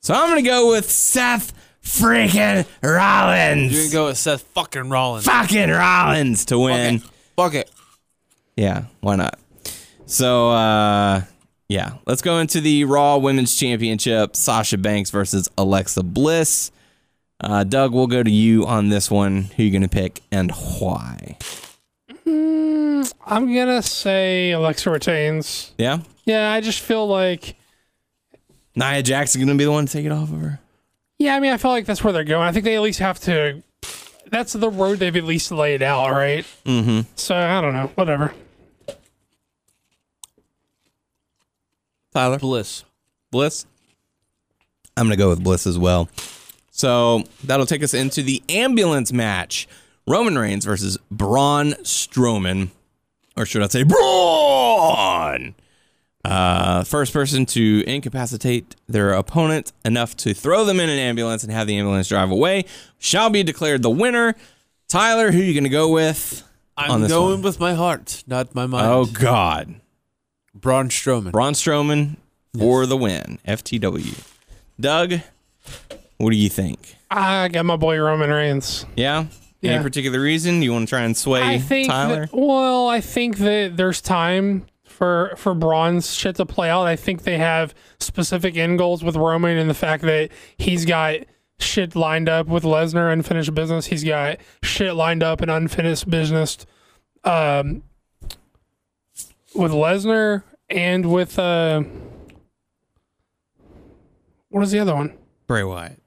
So I'm gonna go with Seth freaking Rollins. You're gonna go with Seth fucking Rollins. fucking Rollins to win. Fuck it. Yeah, why not? So uh yeah, let's go into the Raw Women's Championship, Sasha Banks versus Alexa Bliss. Uh, Doug, we'll go to you on this one. Who you gonna pick and why? I'm gonna say Alexa retains. Yeah. Yeah, I just feel like Nia Jackson gonna be the one to take it off of her. yeah, I mean I feel like that's where they're going. I think they at least have to that's the road they've at least laid out, right? Mm-hmm. So I don't know. Whatever. Tyler Bliss. Bliss. I'm gonna go with Bliss as well. So that'll take us into the ambulance match: Roman Reigns versus Braun Strowman, or should I say Braun? Uh, first person to incapacitate their opponent enough to throw them in an ambulance and have the ambulance drive away shall be declared the winner. Tyler, who you gonna go with? on I'm this going one? with my heart, not my mind. Oh God. Braun Strowman. Braun Strowman for the win. FTW. Doug, what do you think? I got my boy Roman Reigns. Yeah? Any Yeah. particular reason you want to try and sway I think Tyler? that- well, I think that there's time for for Braun's shit to play out. I think they have specific end goals with Roman and the fact that he's got shit lined up with Lesnar, unfinished business. He's got shit lined up and unfinished business um, with Lesnar and with uh, what is the other one? Bray Wyatt.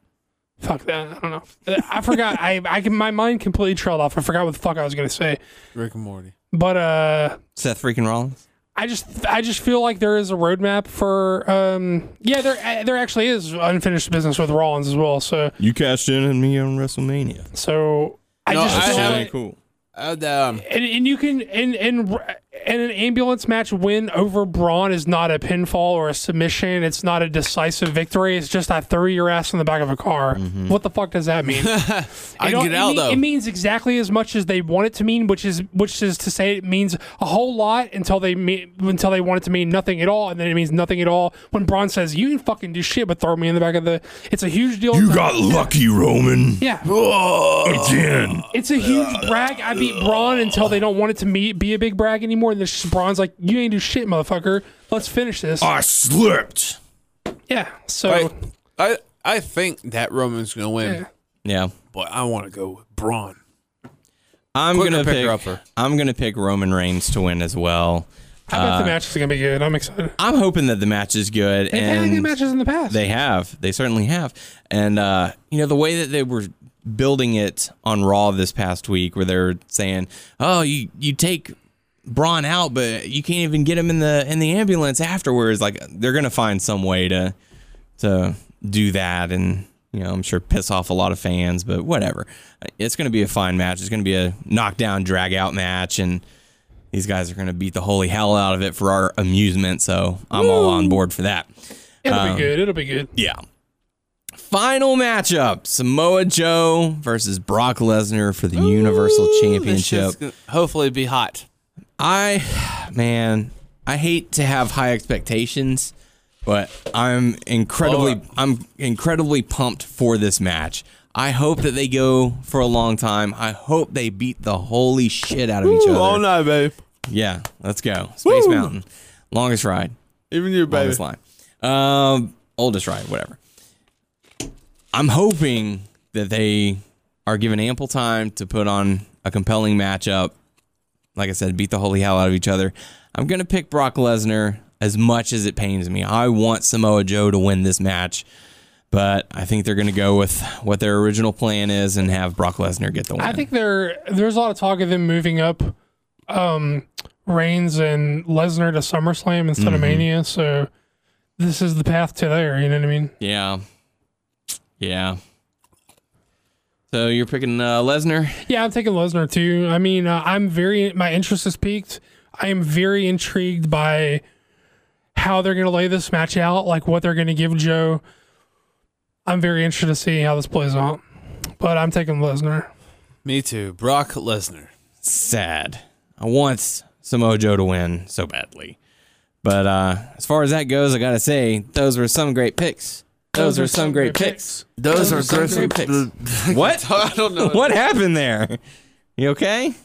Fuck that. I don't know. I forgot. I, I can, my mind completely trailed off. I forgot what the fuck I was gonna say. Rick and Morty. But uh, Seth freaking Rollins? I just I just feel like there is a roadmap for um yeah there uh, there actually is unfinished business with Rollins as well. So You cashed in on me on WrestleMania. so I No, just I feel have- like, cool. Uh, um, and, and you can and and and an ambulance match win over Braun is not a pinfall or a submission. It's not a decisive victory. It's just I threw your ass in the back of a car. What the fuck does that mean? I It can don't- get it out mean- though. It means exactly as much as they want it to mean, which is which is to say it means a whole lot until they mean, until they want it to mean nothing at all, and then it means nothing at all when Braun says, "You didn't fucking do shit, but throw me in the back of the." It's a huge deal. You got lucky, Roman. yeah. Again. It's a huge brag. I beat Braun until they don't want it to me be a big brag anymore. And this Braun's like, "You ain't do shit, motherfucker. Let's finish this." I slipped. yeah. So I, I I think that Roman's gonna win, Yeah. Yeah. but I want to go with Braun. I'm Quicker gonna pick picker-upper. I'm gonna pick Roman Reigns to win as well. I bet the uh, match is gonna be good. I'm excited. I'm hoping that the match is good. They've had and good matches in the past. They have. They certainly have. And uh, you know the way that they were building it on Raw this past week, where they're saying, "Oh, you you take Braun out, but you can't even get him in the in the ambulance afterwards." Like they're gonna find some way to to do that, and you know I'm sure piss off a lot of fans, but whatever. It's gonna be a fine match. It's gonna be a knockdown drag out match, and these guys are gonna beat the holy hell out of it for our amusement. So I'm all on board for that. It'll um, be good. It'll be good. Yeah. Final matchup Samoa Joe versus Brock Lesnar for the Universal Championship. hopefully, be hot. I, man, I hate to have high expectations, but I'm incredibly, Blow I'm incredibly pumped for this match. I hope that they go for a long time. I hope they beat the holy shit out of each other. night, babe. Yeah, let's go. Space oh Woo. Mountain. Longest ride Even you, baby. longest line. Um, oldest ride, whatever. I'm hoping that they are given ample time to put on a compelling matchup. Like I said, beat the holy hell out of each other. I'm gonna pick Brock Lesnar as much as it pains me. I want Samoa Joe to win this match, but I think they're gonna go with what their original plan is and have Brock Lesnar get the win. I think there there's a lot of talk of them moving up um Reigns and Lesnar to SummerSlam instead of Mania, so this is the path to there, you know what I mean? yeah, yeah. So you're picking uh, Lesnar. Yeah, I'm taking Lesnar too. I mean, uh, I'm very my interest is peaked. I am very intrigued by how they're going to lay this match out, like what they're going to give Joe. I'm very interested to see how this plays out. But I'm taking Lesnar. Me too. Brock Lesnar. sad. I want Samoa Joe to win so badly. But uh, as far as that goes, I gotta say those were some great picks. Those, were some great picks. Those, are some great picks. What? I don't know. what happened there? You okay?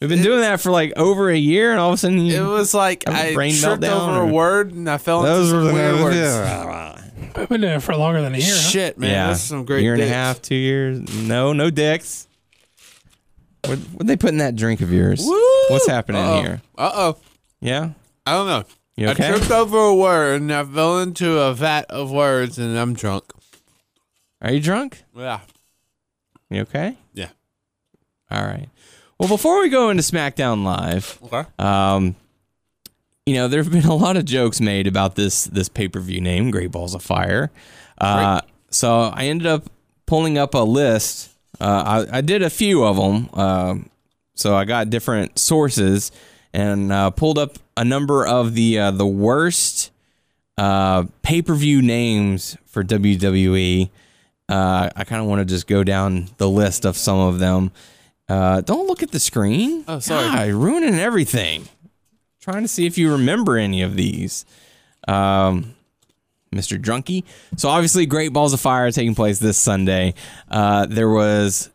We've been doing that for like over a year, and all of a sudden It you, was like Have a I brain tripped meltdown over or- a word and I fell into those some were the weird words. We've been doing it for longer than a year. huh? Shit, man. yeah, That's some great year and dicks. a half, two years. No, no dicks. What what they put in that drink of yours? Woo! What's happening Uh-oh. here? Uh-oh. Yeah. I don't know. You okay? I tripped over a word and I fell into a vat of words and I'm drunk. Are you drunk? Yeah. You okay? Yeah. All right. Well, before we go into SmackDown Live, Okay. Um, you know, there have been a lot of jokes made about this this pay per view name, Great Balls of Fire. Uh, So I ended up pulling up a list. Uh, I, I did a few of them. Um so I got different sources and uh, pulled up a number of the uh, the worst uh, pay per view names for WWE. Uh, I kind of want to just go down the list of some of them. Uh, don't look at the screen. Oh, sorry. God, you're ruining everything. Trying to see if you remember any of these. Um, Mr. Drunky. So obviously, Great Balls of Fire taking place this Sunday. Uh, there was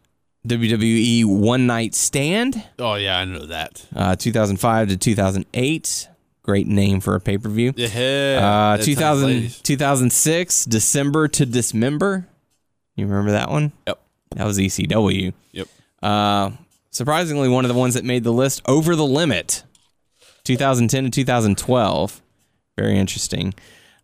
WWE One Night Stand, Oh yeah, I know that. uh, 2005 to 2008. Great name for a pay per view. Yeah. Uh, that's 2000, ladies. 2006, December to Dismember. You remember that one? Yep. That was ECW. Yep. Uh, surprisingly, one of the ones that made the list, Over the Limit, 2010 to 2012. Very interesting.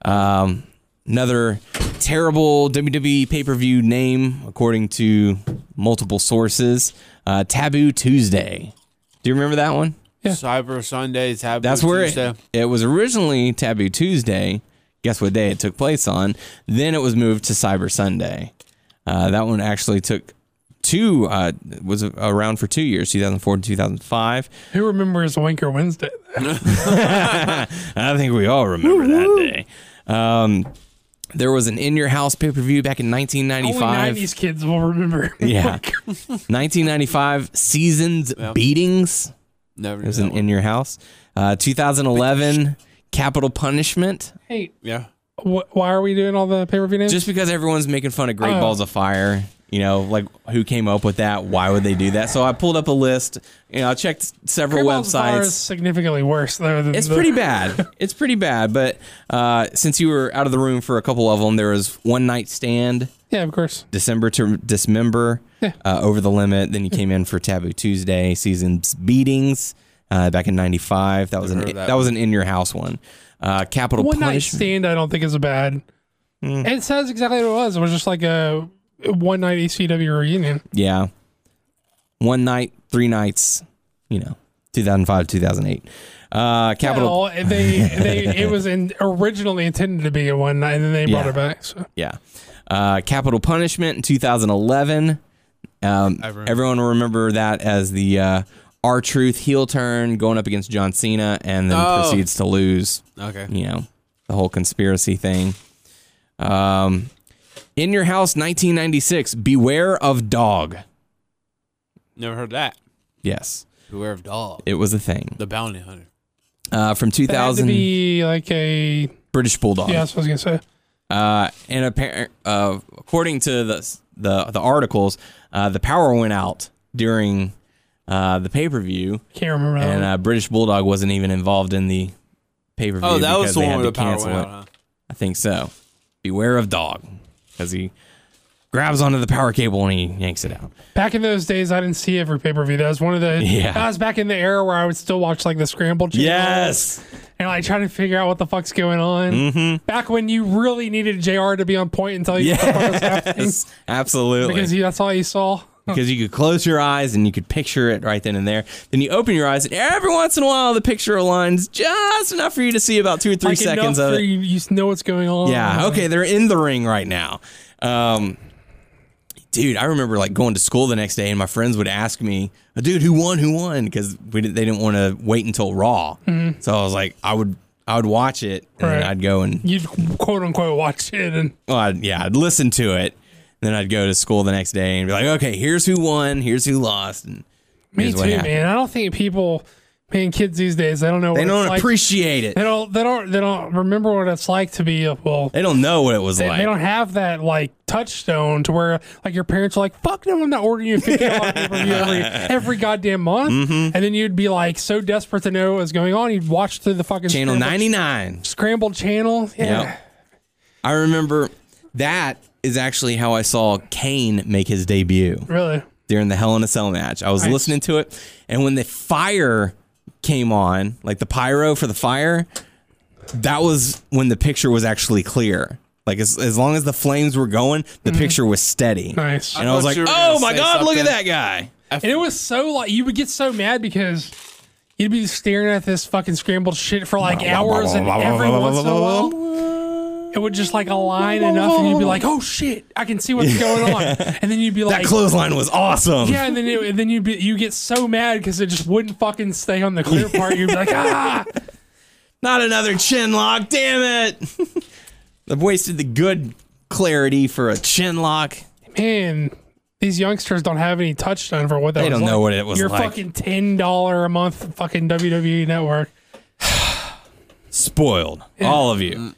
Um, another terrible WWE pay per view name, according to multiple sources, uh, Taboo Tuesday. Do you remember that one? Cyber Sundays have That's where it, it was originally Taboo Tuesday. Guess what day it took place on? Then it was moved to Cyber Sunday. Uh, that one actually took two uh, was around for two years, 2004 to 2005. Who remembers Wanker Wednesday? I think we all remember that day. Um, there was an in your house pay per view back in Only 1995. Oh, nineties kids will remember. Yeah, 1995 seasons beatings. Never. It knew was that an one. in your house. Uh, 2011 capital punishment. hey, yeah. wh- why are we doing all the pay per view names? just because everyone's making fun of Great Oh. Balls of Fire, you know, like who came up with that? Why would they do that? So I pulled up a list. You know, I checked several Great Balls of Fire is websites. significantly worse though. Than It's the- pretty bad. It's pretty bad. But uh, since you were out of the room for a couple of them, there was One Night Stand, Yeah, of course. December to Dismember, uh, Over the Limit. Then you came in for Taboo Tuesday, Seasons Beatings. Uh, back in '95, that was an Never heard that, that was an in your house one. Uh, capital One night punishment. Hmm. stand, I don't think is bad. It says exactly what it was. It was just like a one night ECW reunion. Yeah. One night, three nights, you know, 2005, 2008. Uh, At capital. all. They, they, it was in, originally intended to be a one night, and then they brought Yeah. it back. So. Yeah. Uh, capital punishment in 2011. Um, remember. everyone will remember that as the, uh, R Truth heel turn going up against John Cena and then Oh. proceeds to lose, Okay. you know, the whole conspiracy thing. Um, in your house, 1996, beware of dog. Never heard that. Yes, Beware of dog. it was a thing. The bounty hunter. Uh, from It had to 2000, be like a. British Bulldog. Yeah, that's what I was gonna say. Uh, and apparent, uh, according to the the, the articles, uh, the power went out during uh, the pay per view, Uh-huh. Can't remember. That and one. uh, British Bulldog wasn't even involved in the pay per view. Oh, that was the one had with the to power cancel went it. out. Huh? I think so. Beware of dog, because he grabs onto the power cable and he yanks it out. back in those days, I didn't see every pay per view. That was one of the. Yeah. That was back in the era where I would still watch like the scramble. channel And like trying to figure out what the fuck's going on. Mm-hmm. Back when you really needed Jr. to be on point and tell you what the fuck was happening yes, absolutely. because you, that's all you saw. because you could close your eyes and you could picture it right then and there. Then you open your eyes, and every once in a while, the picture aligns just enough for you to see about two or three Like, enough seconds of for it. You, you know what's going on. Yeah, okay, they're in the ring right now. Um, dude, I remember like going to school the next day, and my friends would ask me, "Dude, who won? Who won?" Because we didn't, they didn't want to wait until Raw. So I was like, I would. I would watch it and then Mm-hmm. Right. I'd go and You'd quote unquote watch it and well, I'd, yeah, I'd listen to it. And then I'd go to school the next day and be like, okay, here's who won, here's who lost, and Me here's too, what happened. man. I don't think people, man, kids these days, they don't know. They what don't it's like. appreciate it. They don't. They don't. They don't remember what it's like to be. a- Well, They don't know what it was they, like. they don't have that like touchstone to where like your parents are like, "Fuck no, I'm not ordering you a fifty dollar pay-per-view every every goddamn month." Mm-hmm. And then you'd be like so desperate to know what was going on, you'd watch through the fucking Channel scrambled- 99. scrambled channel. Yeah. Yep. I remember that is actually how I saw Kane make his debut Really. during the Hell in a Cell match. I was listening to it, and when they fire came on, like the pyro for the fire, that was when the picture was actually clear. Like as, as long as the flames were going, the picture was steady. Mm-hmm. Nice. And I, was thought like, you were gonna "Oh my say god, look at that something." guy!" And it was so like you would get so mad because you'd be staring at this fucking scrambled shit for like hours, and every once in a while it would just like align enough, and you'd be like, "Oh shit, I can see what's going on," and then you'd be That like. clothesline was awesome. yeah, and then it, and then you you get so mad because it just wouldn't fucking stay on the clear part. You'd be like, ah, Not another chin lock, damn it! I've wasted the good clarity for a chin lock. man, these youngsters don't have any touchdown for what that They was don't like. know what it was Your like. fucking ten dollar a month fucking WWE network. spoiled all of you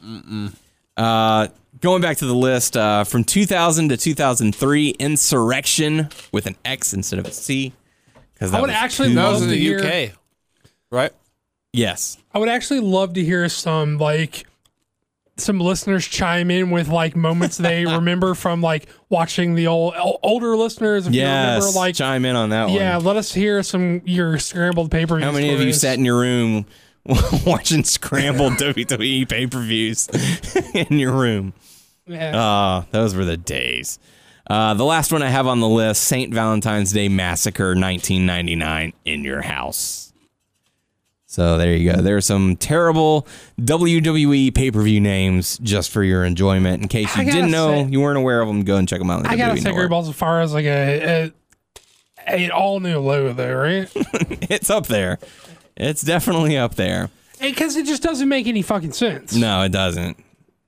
uh, going back to the list uh, from 2000 to 2003 insurrection with an x instead of a c because I would actually That love was in to the hear. UK, right? yes I would actually love to hear some like some listeners chime in with like moments they remember from like watching the old o- older listeners. If you yes remember, like chime in on that yeah, one let us hear some your scrambled paper. how many of you sat in your room watching scrambled wwe pay-per-views in your room Yeah. Ah, those were the days. Uh, the last one I have on the list: Saint Valentine's Day Massacre, 1999, in your house. So there you go. There are some terrible WWE pay-per-view names just for your enjoyment. In case you I gotta didn't know, say- you weren't aware of them, go and check them out. On the I gotta WWE say, Great Network. Balls of Fire is like a, a, a all new low though, right? It's up there. It's definitely up there. Because it just doesn't make any fucking sense. No, it doesn't.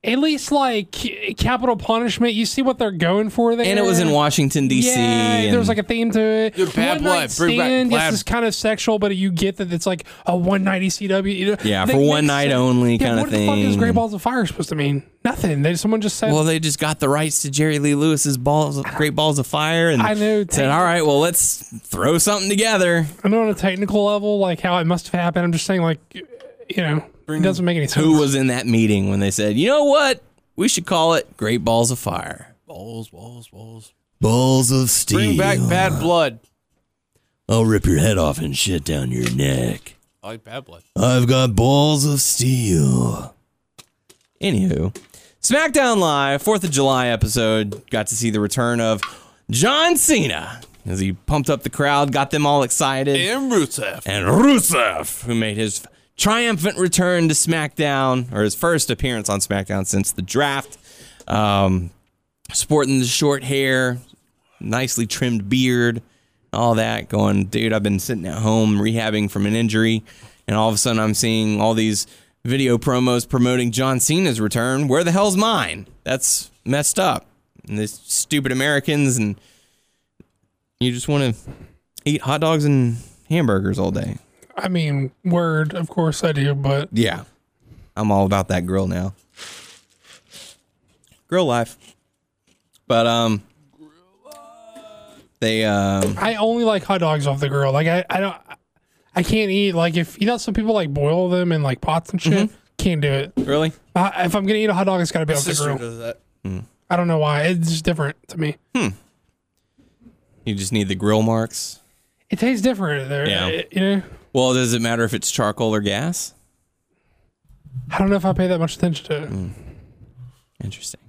At least like c- capital punishment, you see what they're going for there. And it was in Washington D.C. Eh. Yeah, and- there's like a theme to it. Dude, Bad one night Blood, bring back stand, yes, Bad- it's kind of sexual, but you get that it's like a one night ECW. You know, Yeah, That for one makes night only Yeah, kinda what What the fuck is thing. Great Balls of Fire supposed to mean? Nothing. They, someone just said. Well, they just got the rights to Jerry Lee Lewis's balls, great balls of fire, and I know, said, take- "All right, well, let's throw something together." I know on a technical level, like how it must have happened. I'm just saying, like, you know, it doesn't make any sense. Who was in that meeting when they said, "You know what? We should call it Great Balls of Fire, Balls, balls, balls. Balls of Steel." Bring back Bad Blood. I'll rip your head off and shit down your neck. I like Bad Blood. I've got balls of steel. Anywho, SmackDown Live, 4th of July episode, got to see the return of John Cena as he pumped up the crowd, got them all excited. And Rusev. and Rusev, who made his triumphant return to SmackDown, or his first appearance on SmackDown since the draft. Um, sporting the short hair, nicely trimmed beard, all that. Going, dude, I've been sitting at home rehabbing from an injury, and all of a sudden I'm seeing all these video promos promoting John Cena's return. Where the hell's mine? That's messed up. And these stupid Americans, and you just want to eat hot dogs and hamburgers all day. I mean, word, of course I do, but Yeah. I'm all about that grill now. Grill life. But um they um I only like hot dogs off the grill. Like, I, I don't. I can't eat like if you know some people like boil them in like pots and Mm-hmm. shit. Can't do it. really Uh, if I'm gonna eat a hot dog, it's gotta be off the Sister grill. does that. I don't know why. It's just different to me. you just need the grill marks. It tastes different there. Yeah. uh, you know, Well, does it matter if it's charcoal or gas? I don't know if I pay that much attention to it. Mm. Interesting.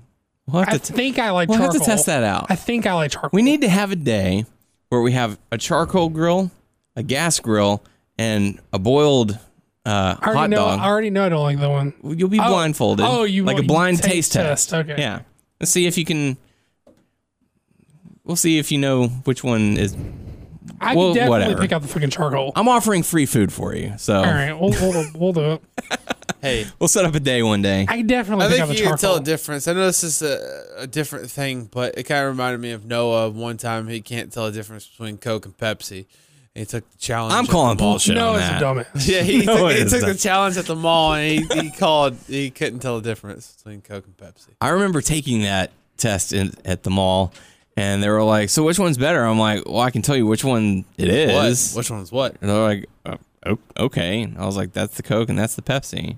We'll I have to t- think I like we'll have charcoal. to test that out. I think I like charcoal. We need to have a day where we have a charcoal grill, a gas grill, and a boiled uh, I already hot know. dog. I already know. I don't like the one. You'll be Oh. blindfolded. Oh, you like a want- blind taste, taste test. test. Okay. Yeah. Let's see if you can. We'll see if you know which one is. I Well, could definitely whatever. pick out the fucking charcoal. I'm offering free food for you, so All right, we'll, we'll, we'll do it. Hey, we'll set up a day one day. I could definitely I pick out think the you can tell charcoal. a difference. I know this is a, a different thing, but it kind of reminded me of Noah. One time he can't tell a difference between Coke and Pepsi. And he took the challenge. I'm at the calling mall. bullshit no, on it's that. a dumbass. Yeah, he, No, took, it he is took not. the challenge at the mall and he, he called. He couldn't tell the difference between Coke and Pepsi. I remember taking that test in, at the mall, and they were like, "So which one's better?" I'm like, "Well, I can tell you which one it is." What? Which one's what? And they're like, "Oh, o- "Okay." And I was like, "That's the Coke and that's the Pepsi."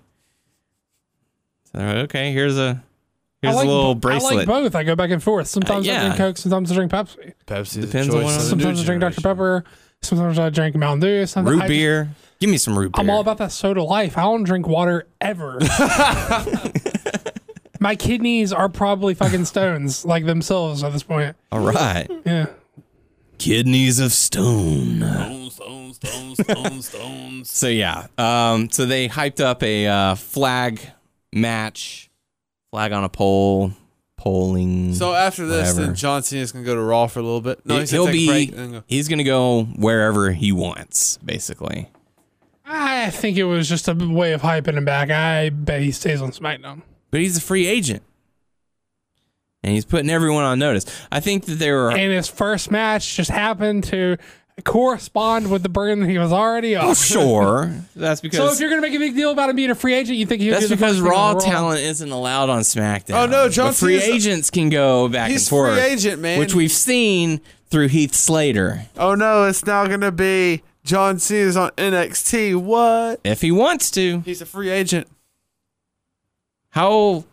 So they're like, "Okay, here's a here's I like, a little bo- bracelet." Uh, I like both. I go back and forth. Sometimes yeah. I drink Coke. Sometimes I drink Pepsi. Pepsi Depends on what- Sometimes I drink Dr Pepper. Sometimes I drink Mountain Dew. Sometimes root I just- beer. Give me some root beer. I'm all about that soda life. I don't drink water ever. My kidneys are probably fucking stones, like themselves at this point. All right. Yeah. Kidneys of stone. Stones, stones, stones, stones, stones. So yeah. Um. So they hyped up a uh, flag match, flag on a pole, polling. So after this, Whatever. then John Cena's gonna go to Raw for a little bit. No, he's he'll gonna take a be. break and then go. He's gonna go wherever he wants, basically. I think it was just a way of hyping him back. I bet he stays on SmackDown. But he's a free agent, and he's putting everyone on notice. I think that there are. And his first match just happened to correspond with the burn that he was already on. Oh, sure. That's So if because. you're gonna make a big deal about him being a free agent, you think he'll that's do the because first thing Raw on talent isn't allowed on SmackDown. Oh, no, John But free Cena's- agents can go back He's and forth. free agent, man. which we've seen through Heath Slater. Oh no, it's now gonna be John Cena's on NXT. What? If he wants to, He's a free agent. how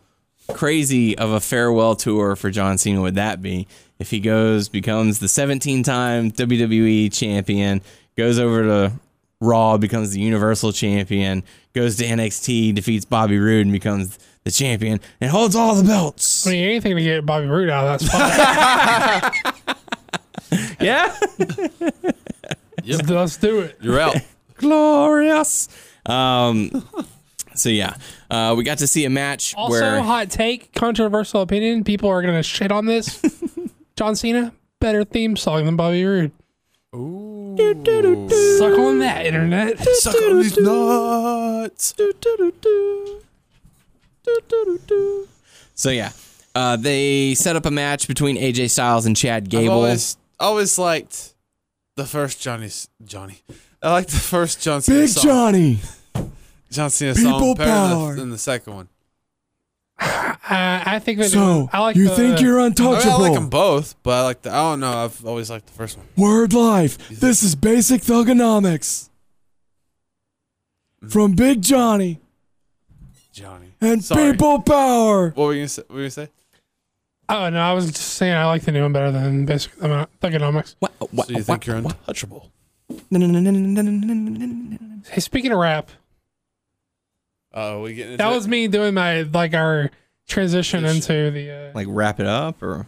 crazy of a farewell tour for John Cena would that be if he goes, becomes the 17 time WWE E champion, goes over to Raw, becomes the Universal champion, goes to NXT, defeats Bobby Roode, and becomes the champion, and holds all the belts? I mean, anything to get Bobby Roode out of that spot. Yeah? Just- Let's do it. You're out. Glorious. Um, so, yeah, uh, we got to see a match Also, where. hot take, controversial opinion. People are gonna shit on this. John Cena, better theme song than Bobby Roode. Ooh. Suck on that, internet. Suck on these nuts. So yeah, uh, they set up a match between AJ Styles and Chad I've Gable. always, always liked the first Johnny's Johnny. I like the first John Cena song. Johnny. John Cena song People better than power. the, than the second one. Uh, I think that I like the- I, mean, I untouchable? like them both, but I like the. I don't know. I've always liked the first one. Word life. This is basic thugonomics from Big Johnny Johnny and Sorry. people power. What were you gonna say? What were you gonna say? Oh no, I was just saying I like the new one better than basic thugonomics. What? What? So you think you're untouchable? Hey, speaking of rap, Oh, we getting into that it? was me doing my like our transition into the. Uh, Like wrap it up or?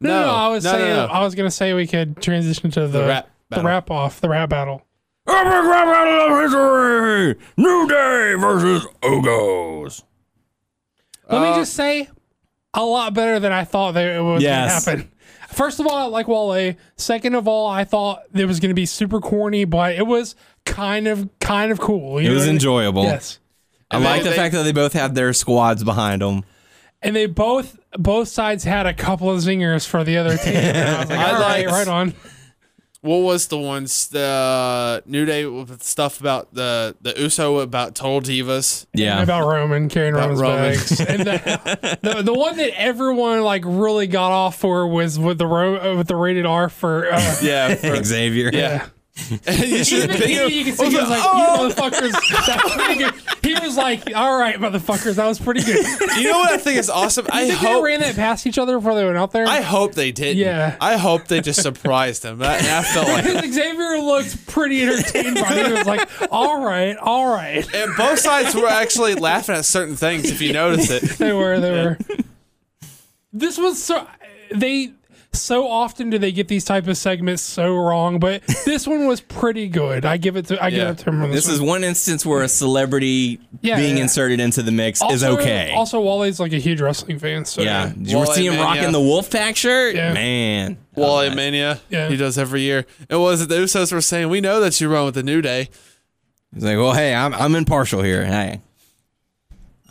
no, no, no, I was no, no, saying no. I was gonna say we could transition to the, The rap the battle. rap off the rap battle. Epic rap battle of history! New Day versus Ogos. Let Uh, me just say, a lot better than I thought that it was Yes. gonna happen. First of all, I like Wale. Second of all, I thought it was gonna be super corny, but it was kind of kind of cool. you It know was what I mean? enjoyable. Yes. I like the they- fact that they both had their squads behind them. and they both both sides had a couple of zingers for the other team. And I was like, I all right, liked- right on. What was the ones the New Day with stuff about the the Uso about total divas? Yeah. And about Roman carrying Roman's Roman. bags. and the, the, the one that everyone like really got off for was with the ro- uh, with the rated R for. Uh, Yeah, for, Xavier. yeah. you Even should the kid, you can see he was like, "You motherfuckers, that's pretty good." He was like, "All right, motherfuckers, that was pretty good." You know what I think is awesome? I I think they hope ran that past each other before they went out there. I hope they didn't. Yeah. I hope they just surprised him. That, and I felt like Because Xavier looked pretty entertained by it. He was like, "All right, all right." and both sides were actually laughing at certain things if you notice it. they were. They were. This was so. They so often do they get these type of segments so wrong, but this one was pretty good. I give it to. I give Yeah. it to him. on This is one instance where a celebrity Yeah, being yeah. inserted into the mix one. is Also- okay. Also, Wally's like a huge wrestling fan. So yeah. You were Wally seeing him Man, rocking yeah. the Wolfpack shirt? Yeah. Man. Wally Mania. Yeah. He does every year. And what was it the Usos were saying, we know that you run with the New Day. He's like, well, hey, I'm, I'm impartial here. Hey.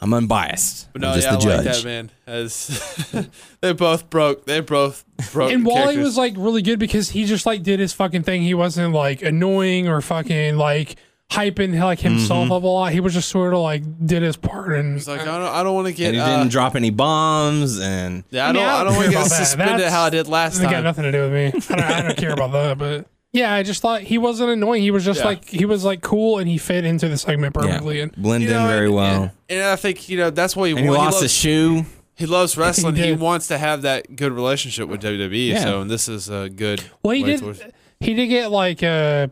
I'm unbiased. But no, I'm just yeah, I the judge. like that man. As they both broke they both broke. And the Wally characters. was like really good because he just like did his fucking thing. He wasn't like annoying or fucking like hyping like Mm-hmm. himself up a lot. He was just sort of like did his part and He's like, I don't I don't want to get and he uh, didn't drop any bombs and Yeah, I I mean, don't. I I don't don't want to care get about that. suspended That's- how I did last It got time. nothing to do with me. I don't, I don't care about that, but yeah, I just thought he wasn't annoying. He was just Yeah. like he was like cool and he fit into the segment yeah, perfectly. And blend You know, in very and- well. And, and I think you know that's what he, and he wants. lost he, a loves, shoe. he loves wrestling. He He, did. wants to have that good relationship with WWE. Yeah. So and this is a good. well, he way did. towards- He He did get like uh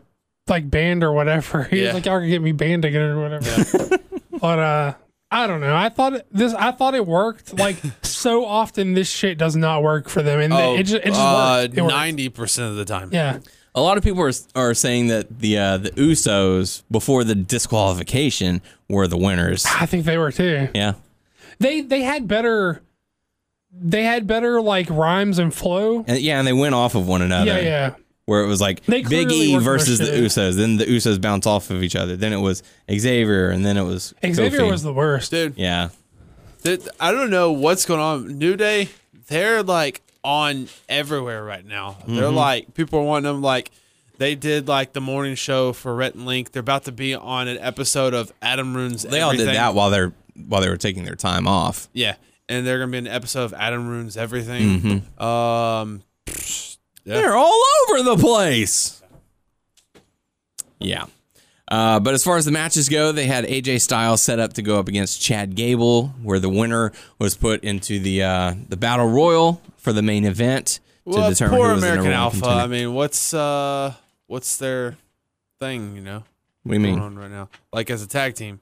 like banned or whatever. He Yeah. was like, "Y'all can get me banned again or whatever." but uh, I don't know. I thought it- this. I thought it worked. Like so often, this shit does not work for them, and Oh, it just it just uh, worked. It worked. ninety percent of the time. Yeah. A lot of people are, are saying that the uh, the Usos before the disqualification were the winners. I think they were too. Yeah, They they had better they had better like rhymes and flow. and yeah, and they went off of one another. Yeah, yeah. Where it was like They Big clearly E worked their versus the shit. Usos, then the Usos bounce off of each other, then it was Xavier, and then it was Xavier Kofi. was the worst. dude. yeah. th- I don't know what's going on. New Day, they're like on everywhere right now. They're Mm-hmm. like people are wanting them. Like they did like the morning show for Rhett and Link. They're about to be on an episode of Adam Ruins. They all did that while they're while they were taking their time off. Yeah, and they're gonna be in an episode of Adam Ruins Everything. Mm-hmm. Um, They're all over the place. Yeah. Uh, but as far as the matches go, they had AJ Styles set up to go up against Chad Gable, where the winner was put into the uh, the battle royal for the main event to well, determine poor who was the American number one Alpha. contender. I mean, what's uh, what's their thing? You know, What do you going mean? on right now, like as a tag team.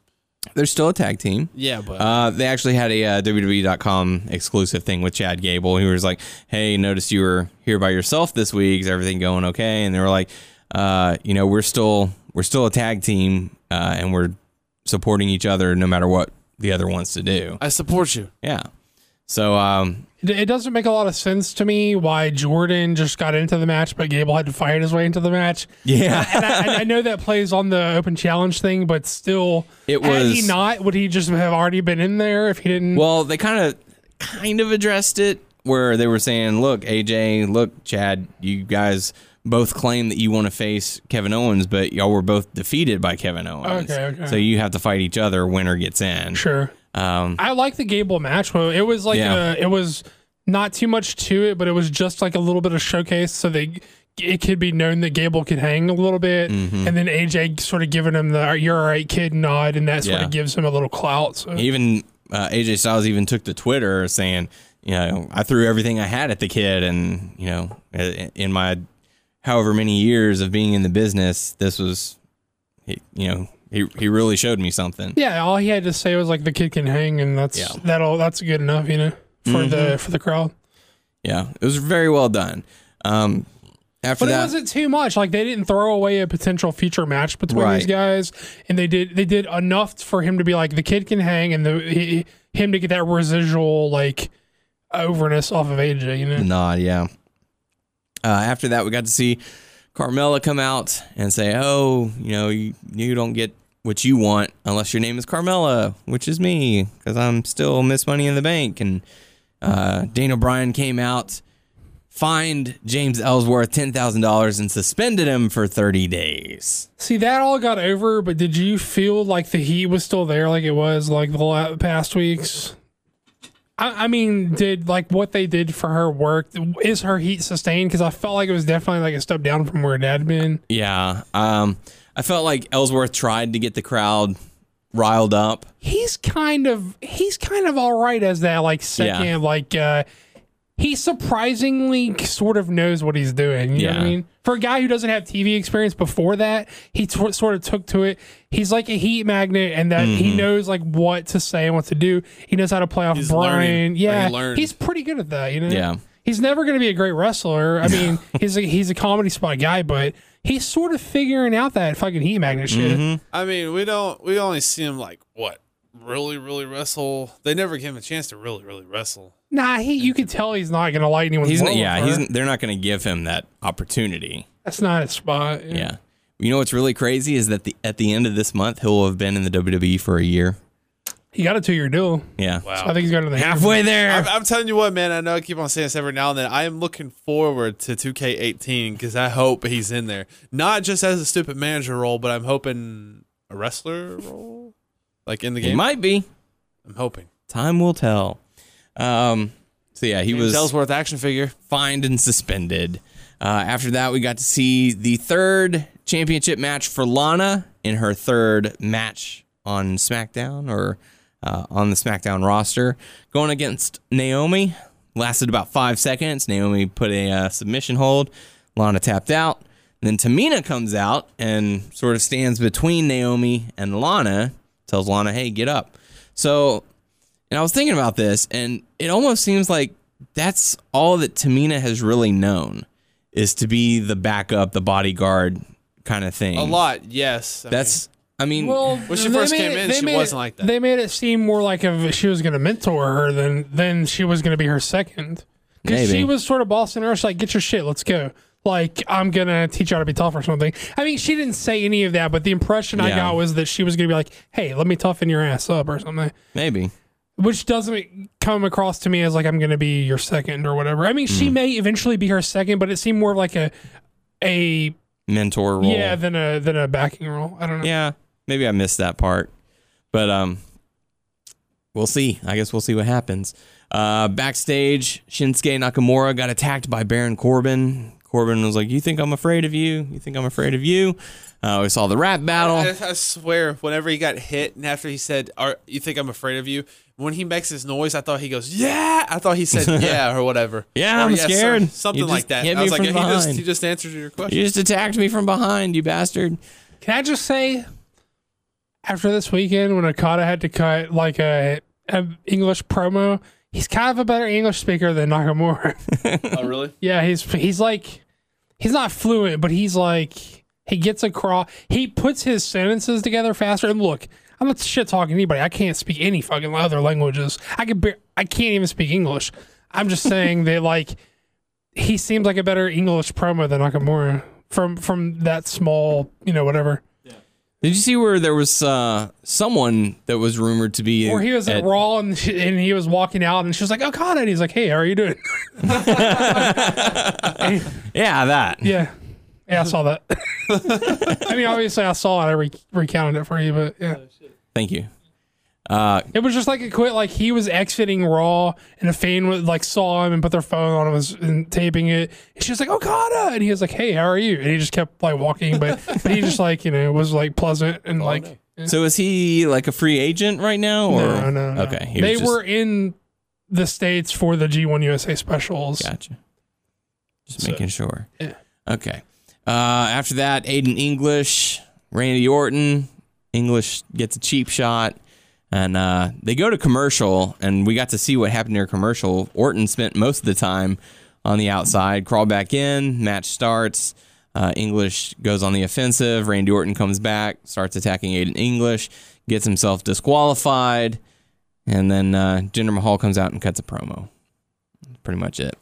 They're still a tag team. Yeah, but Uh, they actually had a uh, WWE.com exclusive thing with Chad Gable. He was like, "Hey, noticed you were here by yourself this week. Is everything going okay?" And they were like, uh, "You know, we're still we're still a tag team, uh, and we're supporting each other no matter what the other wants to do." I support you. Yeah. So um, It, it doesn't make a lot of sense to me why Jordan just got into the match, but Gable had to fight his way into the match. yeah, And I, and I know that plays on the open challenge thing, but still, It had was- he not, would he just have already been in there if he didn't? Well, they kind of kind of addressed it where they were saying, "Look, AJ, look, Chad, you guys both claim that you want to face Kevin Owens, but y'all were both defeated by Kevin Owens. Okay, okay. So you have to fight each other. Winner gets in. sure. Um, I like the Gable match. Well, it was like Yeah. a, it was not too much to it, but it was just like a little bit of showcase, so they it could be known that Gable could hang a little bit, Mm-hmm. and then AJ sort of giving him the "You're all right, kid" nod, and that sort Yeah. of gives him a little clout. So even uh, AJ Styles even took to Twitter saying, "You know, I threw everything I had at the kid, and you know, i- in my however many years of being in the business, this was, he, you know." He, he really showed me something. yeah, all he had to say was like the kid can hang, and that's Yeah. Mm-hmm. that'll that's good enough, you know, for the for the crowd. Yeah, it was very well done. Um, after But it that, wasn't too much. Like they didn't throw away a potential future match between Right. these guys, and they did they did enough for him to be like the kid can hang, and the he, him to get that residual like overness off of AJ. You know, Nah, yeah. Uh, after that, we got to see Carmella come out and say, "Oh, you know, you, you don't get what you want unless your name is Carmella, which is me, because I'm still Miss Money in the Bank." And uh, Dana Bryan came out, fined James Ellsworth ten thousand dollars, and suspended him for thirty days. see that all got over, but did you feel like the heat was still there, like it was like the la- past weeks? I, I mean, did like what they did for her work? Is her heat sustained? Because I felt like it was definitely like a step down from where it had been. Yeah, um, I felt like Ellsworth tried to get the crowd riled up. he's kind of he's kind of all right as that like second Yeah. like uh he surprisingly sort of knows what he's doing. You know what Yeah. I mean? For a guy who doesn't have TV experience before that, he t- sort of took to it. He's like a heat magnet, and that Mm-hmm. he knows like what to say and what to do. He knows how to play off He's Brian. learning. Yeah, He learned. he's pretty good at that. You know? Yeah. He's never going to be a great wrestler. I mean, he's a, he's a comedy spot guy, but he's sort of figuring out that fucking heat magnet shit. Mm-hmm. I mean, we don't. We only see him like what really, really wrestle. They never give him a chance to really, really wrestle. Nah, he you could tell he's not gonna light anyone's He's world. yeah, with he's her. they're not going to give him that opportunity. that's not his spot. Yeah. Yeah. You know what's really crazy is that the at the end of this month he'll have been in the WWE for a year. He got a two year deal. Yeah. So I think he's going to the Halfway I'm, there. I'm telling you what, man. I know I keep on saying this every now and then. I am looking forward to 2K18 because I hope he's in there, not just as a stupid manager role, but I'm hoping a wrestler role, like in the He game. might be. I'm hoping. Time will tell. Um so yeah, he was Ellsworth action figure. fined and suspended. Uh, after that, we got to see the third championship match for Lana in her third match on SmackDown or uh, on the SmackDown roster, going against Naomi. Lasted about five seconds. Naomi put a uh, submission hold. Lana tapped out. And then Tamina comes out and sort of stands between Naomi and Lana, tells Lana, hey, get up. So, and I was thinking about this, and it almost seems like that's all that Tamina has really known is to be the backup, the bodyguard kind of thing. A lot, yes. I That's, I mean, Well, When she they first made came in, they she made wasn't like that. They made it seem more like if she was going to mentor her than then she was going to be her second. Because Maybe. she was sort of bossing her. She's like, "Get your shit, let's go." Like I'm gonna teach you how to be tough or something. I mean, she didn't say any of that, but the impression I Yeah. got was that she was gonna be like, "Hey, let me toughen your ass up" or something, maybe. which doesn't come across to me as like I'm gonna be your second or whatever. I mean, she may eventually be her second, but it seemed more of like a a Mentor role. yeah than a than a backing role. I don't know. yeah, maybe I missed that part, but um, we'll see. I guess we'll see what happens. Uh, backstage, Shinsuke Nakamura got attacked by Baron Corbin. Corbin was like, "You think I'm afraid of you? You think I'm afraid of you?" Uh, we saw the rap battle. I, I swear, whenever he got hit and after he said, Are, You think I'm afraid of you? When he makes his noise, I thought he goes, Yeah. I thought he said, Yeah, or whatever. Yeah, Or, I'm "Yes, sir," scared. something You like just that. hit And I me was like, from "Yeah, he, just, behind." he just answered your question. You just attacked me from behind, you bastard! Can I just say, after this weekend when Okada had to cut like a, a English promo, he's kind of a better English speaker than Nakamura. oh, really? yeah, he's he's like he's not fluent, but he's like he gets across. He puts his sentences together faster. And look, I'm not shit talking anybody. I can't speak any fucking other languages. I can bar- I can't even speak English. I'm just saying that like he seems like a better English promo than Nakamura from from that small you know whatever. Did you see where there was uh, someone that was rumored to be? Or he was at, Raw and, she, and he was walking out and she was like, Okada. And he's like, hey, how are you doing? Yeah, that. yeah. Yeah, I saw that. I mean, obviously, I saw it. I re- recounted it for you, but yeah. Thank you. Uh, It was just like a quit. Like, he was exiting Raw and a fan was, like saw him and put their phone on and was and taping it. And she was like, Okada. And he was like, hey, how are you? And he just kept like walking, but, but he just like, you know, was like pleasant and like. so is he like a free agent right now? Or? No, no, no. Okay, he was They just- were in the States for the G1 USA specials. Gotcha. Just making sure. Yeah. Okay. Uh, after that, Aiden English, Randy Orton. English gets a cheap shot. And uh, they go to commercial, and we got to see what happened near commercial. Orton spent most of the time on the outside, crawl back in, match starts. Uh, English goes on the offensive. Randy Orton comes back, starts attacking Aiden English, gets himself disqualified. And then uh, Jinder Mahal comes out and cuts a promo. That's pretty much it.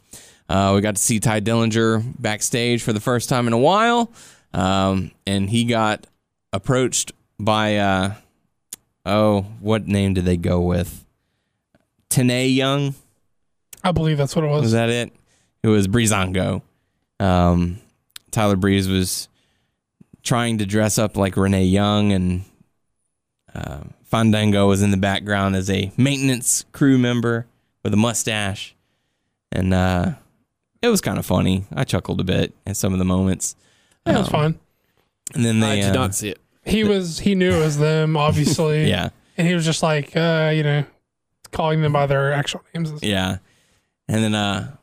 Uh, we got to see Ty Dillinger backstage for the first time in a while, um, and he got approached by uh, oh, what name did they go with? Tanae Young I believe that's what it was. was that it? It was Breezango. Um, Tyler Breeze was trying to dress up like Renee Young, and uh, Fandango was in the background as a maintenance crew member with a mustache. And uh, it was kind of funny. I chuckled a bit at some of the moments. Yeah, it was Um, fine. And then they I uh, did not see it. He was he knew it was them, obviously. Yeah. And he was just like, uh, you know, calling them by their actual names. and stuff. Yeah. And then uh,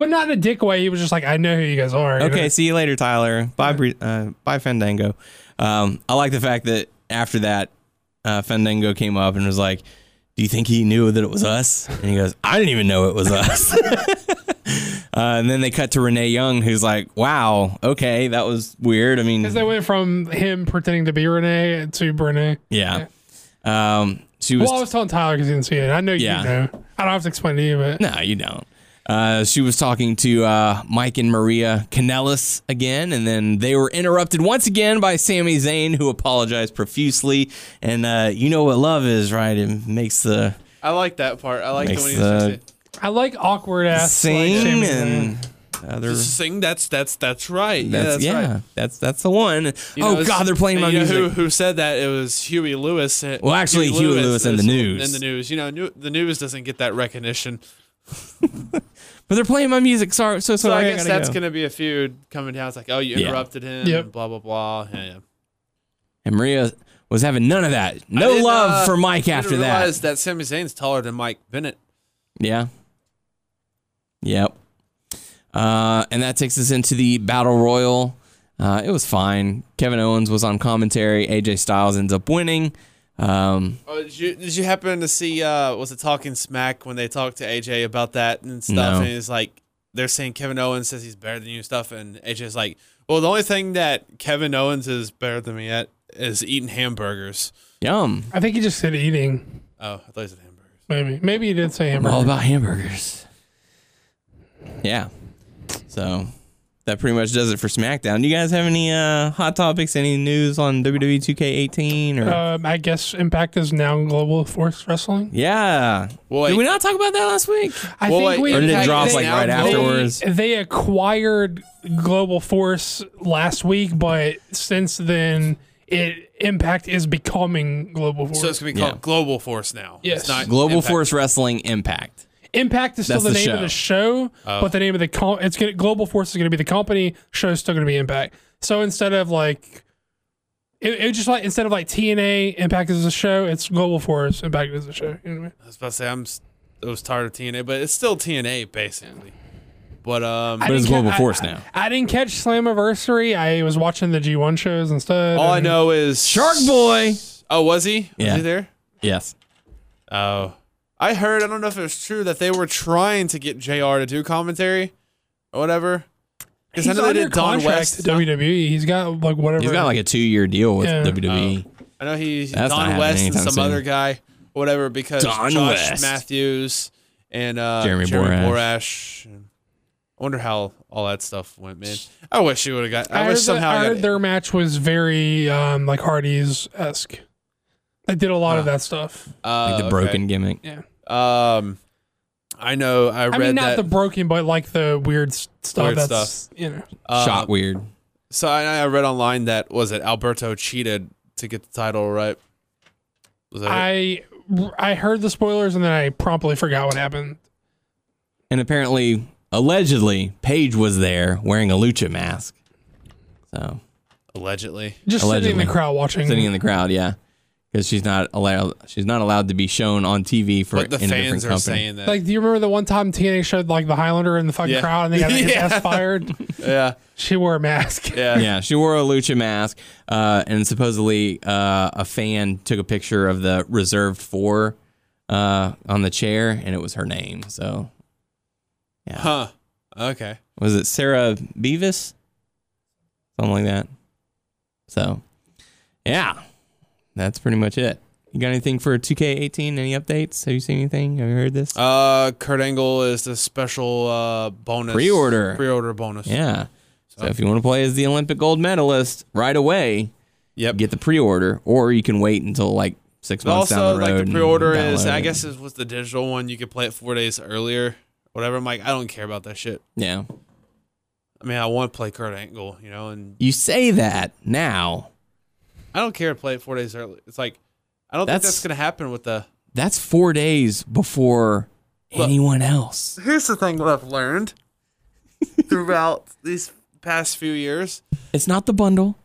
But not in a dick way. He was just like, I know who you guys are. you Okay, know? see you later, Tyler. Bye, Bre- uh, bye, Fandango. Um, I like the fact that after that, uh, Fandango came up and was like, "Do you think he knew that it was us?" And he goes, "I didn't even know it was us." uh, and then they cut to Renee Young, who's like, "Wow, okay, that was weird." I mean, Because they went from him pretending to be Renee to Brene. yeah. Um, she was Well, I was telling Tyler because he didn't see it. I know Yeah. you know. I don't have to explain to you, but No, you don't. Uh, she was talking to uh, Mike and Maria Canellis again, and then they were interrupted once again by Sami Zayn, who apologized profusely. And uh, you know what love is, right? It makes the I like that part. I like the Makes when the- he I like awkward ass. like, sing Sami Zayn. and other. just sing. That's that's that's right. yeah, That's, that's yeah, right. that's that's the one. You know, oh it's- God, they're playing you my know music. Who, who said that? It was Huey Lewis. uh, Well, actually, Huey Lewis and the is- News. And the news. You know, new, the news doesn't get that recognition. But they're playing my music. Sorry, so So sorry. I guess gotta that's go. gonna be a feud coming down. It's like, oh, you Yeah. interrupted him. Yep. and Blah blah blah. Yeah, yeah. And Maria was having none of that. I No didn't, love uh, for Mike didn't after that. realize that Sami Zayn's taller than Mike Bennett. Yeah. Yep. Uh, and that takes us into the battle royal. Uh, it was fine. Kevin Owens was on commentary. AJ Styles ends up winning. Um, Oh, did you did you happen to see uh was it talking smack when they talked to AJ about that and stuff No. and it's like they're saying Kevin Owens says he's better than you and stuff and AJ's like, Well the only thing that Kevin Owens is better than me at is eating hamburgers. yum. I think he just said eating. Oh, I thought he said hamburgers. Maybe maybe he did say I'm all hamburger. about hamburgers. Yeah. So that pretty much does it for SmackDown. Do you guys have any uh, hot topics? Any news on E WWE 2K18? Or Um, I guess Impact is now Global Force Wrestling. yeah. Well, wait. Did we not talk about that last week? I Well, wait, Or did it Impact drop is like now right global? afterwards? They, they acquired Global Force last week, but since then, it Impact is becoming Global Force. So it's gonna be called Yeah. Global Force now. Yes. It's not Global Impact. Force Wrestling Impact. Impact is still That's the, the name of show. the show, Oh. but the name of the com- it's gonna, Global Force is going to be the company. Show is still going to be Impact. So instead of like, it, it was just like instead of like TNA, Impact is a show. It's Global Force, Impact is a show. You know what I mean? I was about to say I'm s- I was tired of TNA, but it's still TNA basically. But um I But it's didn't ca- Global I- Force now. I didn't catch Slammiversary. I was watching the G1 shows instead. all I and- know is Shark Boy. Oh, was he? Yeah. Was he there? Yes. Oh. I heard, I don't know if it was true, that they were trying to get JR to do commentary or whatever. Because I He's know they under did Don contract West. to WWE. He's got like whatever. He's got like a two year deal with E. Yeah. WWE. I know he's That's not Don happening West and anytime some soon. other guy or whatever because Don Josh West. Matthews and uh, Jeremy Jeremy, Borash. Borash. and- I wonder how all that stuff went, man. I wish you would have got. I, I wish heard, somehow. I I heard got, their match was very um, like Hardy's esque. They did a lot of that stuff. uh, like the okay. broken gimmick. Yeah, Um, I know. I read I mean not that the broken, but like the weird s- stuff. Weird that's you know. uh, Shot weird. So I, I read online that was it Alberto cheated to get the title, right? Was that it? I I heard the spoilers and then I promptly forgot what happened. And apparently, allegedly, Paige was there wearing a lucha mask. So allegedly? Just sitting in Allegedly. the crowd watching. sitting in the crowd, yeah, because she's not allowed. She's not allowed to be shown on TV for But the in a fans different are company. saying that. like, do you remember the one time TNA showed like the Highlander in the fucking Yeah. crowd and they got his Yeah. ass fired? yeah, She wore a mask. yeah, yeah, she wore a lucha mask, uh, and supposedly uh, a fan took a picture of the reserved four uh, on the chair, and it was her name. So Huh? Okay. was it Sarah Beavis? Something like that. So, yeah, that's pretty much it. You got anything for 2K18? Any updates? Have you seen anything? Have you heard this? Uh, Kurt Angle is the special uh bonus Pre-order. pre-order bonus. Yeah. So if you want to play as the Olympic gold medalist right away, Yep. get the pre-order, or you can wait until like six But months down also, the road. like the and pre-order is, download I it. guess, is was the digital one. You could play it four days earlier, whatever. I'm like, I don't care about that shit. Yeah. I mean, I want to play Kurt Angle, you know, and You say that now. I don't care to play it four days early. It's like, I don't That's- think that's gonna happen with the That's four days before anyone else. here's the thing that I've learned throughout these past few years. It's not the bundle.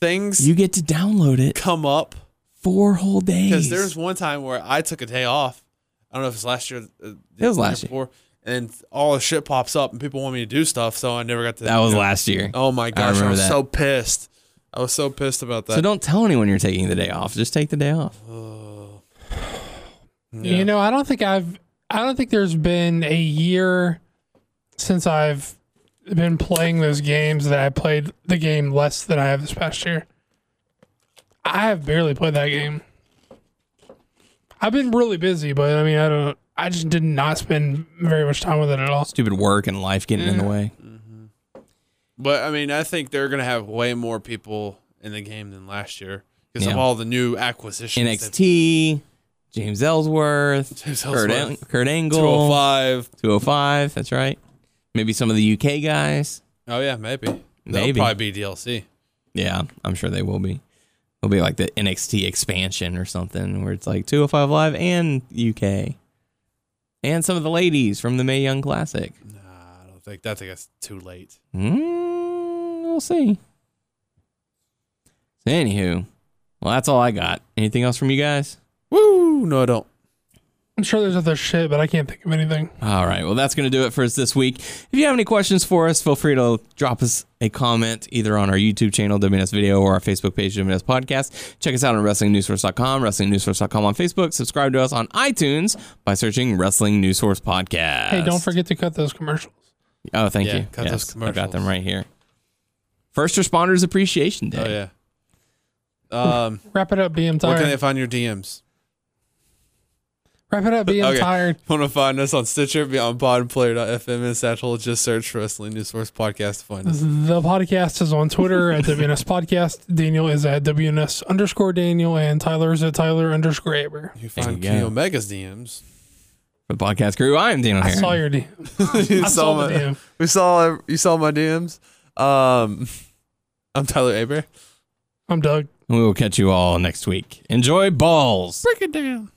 Things You get to download it come up four whole days. because there's one time where I took a day off. I don't know if it's last year. uh, the was last year. before, and all the shit pops up, and people want me to do stuff, so I never got to. that was you know. last year. Oh my gosh, I, remember was that. so pissed. I was so pissed about that. So don't tell anyone you're taking the day off. Just take the day off. You know, I don't think I've I don't think there's been a year since I've been playing those games that I played the game less than I have this past year. I have barely played that game. I've been really busy, but I mean, I don't I just did not spend very much time with it at all. Stupid work and life getting in the way. but I mean, I think they're gonna have way more people in the game than last year because Yeah. of all the new acquisitions. they've- NXT, James Ellsworth, James Kurt, Ang- Ellsworth. Kurt Angle, 205. 205, That's right. Maybe some of the UK guys. Oh yeah, maybe. Maybe. That'll probably be DLC. Yeah, I'm sure they will be. It'll be like the NXT expansion or something where it's like 205 Live and UK. And some of the ladies from the May Young Classic. Nah, I don't think that. I think that's too late. Mm, we'll see. So, anywho, well, that's all I got. Anything else from you guys? Woo! No, I don't. I'm sure there's other shit, but I can't think of anything. All right. Well, that's going to do it for us this week. If you have any questions for us, feel free to drop us a comment either on our YouTube channel, WNS Video, or our Facebook page, WNS Podcast. Check us out on WrestlingNewsSource.com, WrestlingNewsSource.com on Facebook. Subscribe to us on iTunes by searching Wrestling News Source Podcast. Hey, don't forget to cut those commercials. Oh, thank Yeah, you. cut those I got commercials. them right here. First Responders Appreciation Day. Oh yeah. Um, Wrap it up, BM where tired. can they find your DMs? Wrap it up, BM Okay. tired. Want to find us on Stitcher, Beyond Pod, and Player.fm, and Satchel? Just search Wrestling News Source Podcast to find us. The podcast is on Twitter at WNS Podcast. Daniel is at WNS underscore Daniel, and Tyler is at Tyler underscore Aber. You There find you Kenny go. Omega's DMs. For the podcast crew, I am Daniel I Harris. saw your D. you I saw the DM. We saw you saw my DMs. Um, I'm Tyler Aber. I'm Doug. We will catch you all next week. Enjoy balls. Break it down.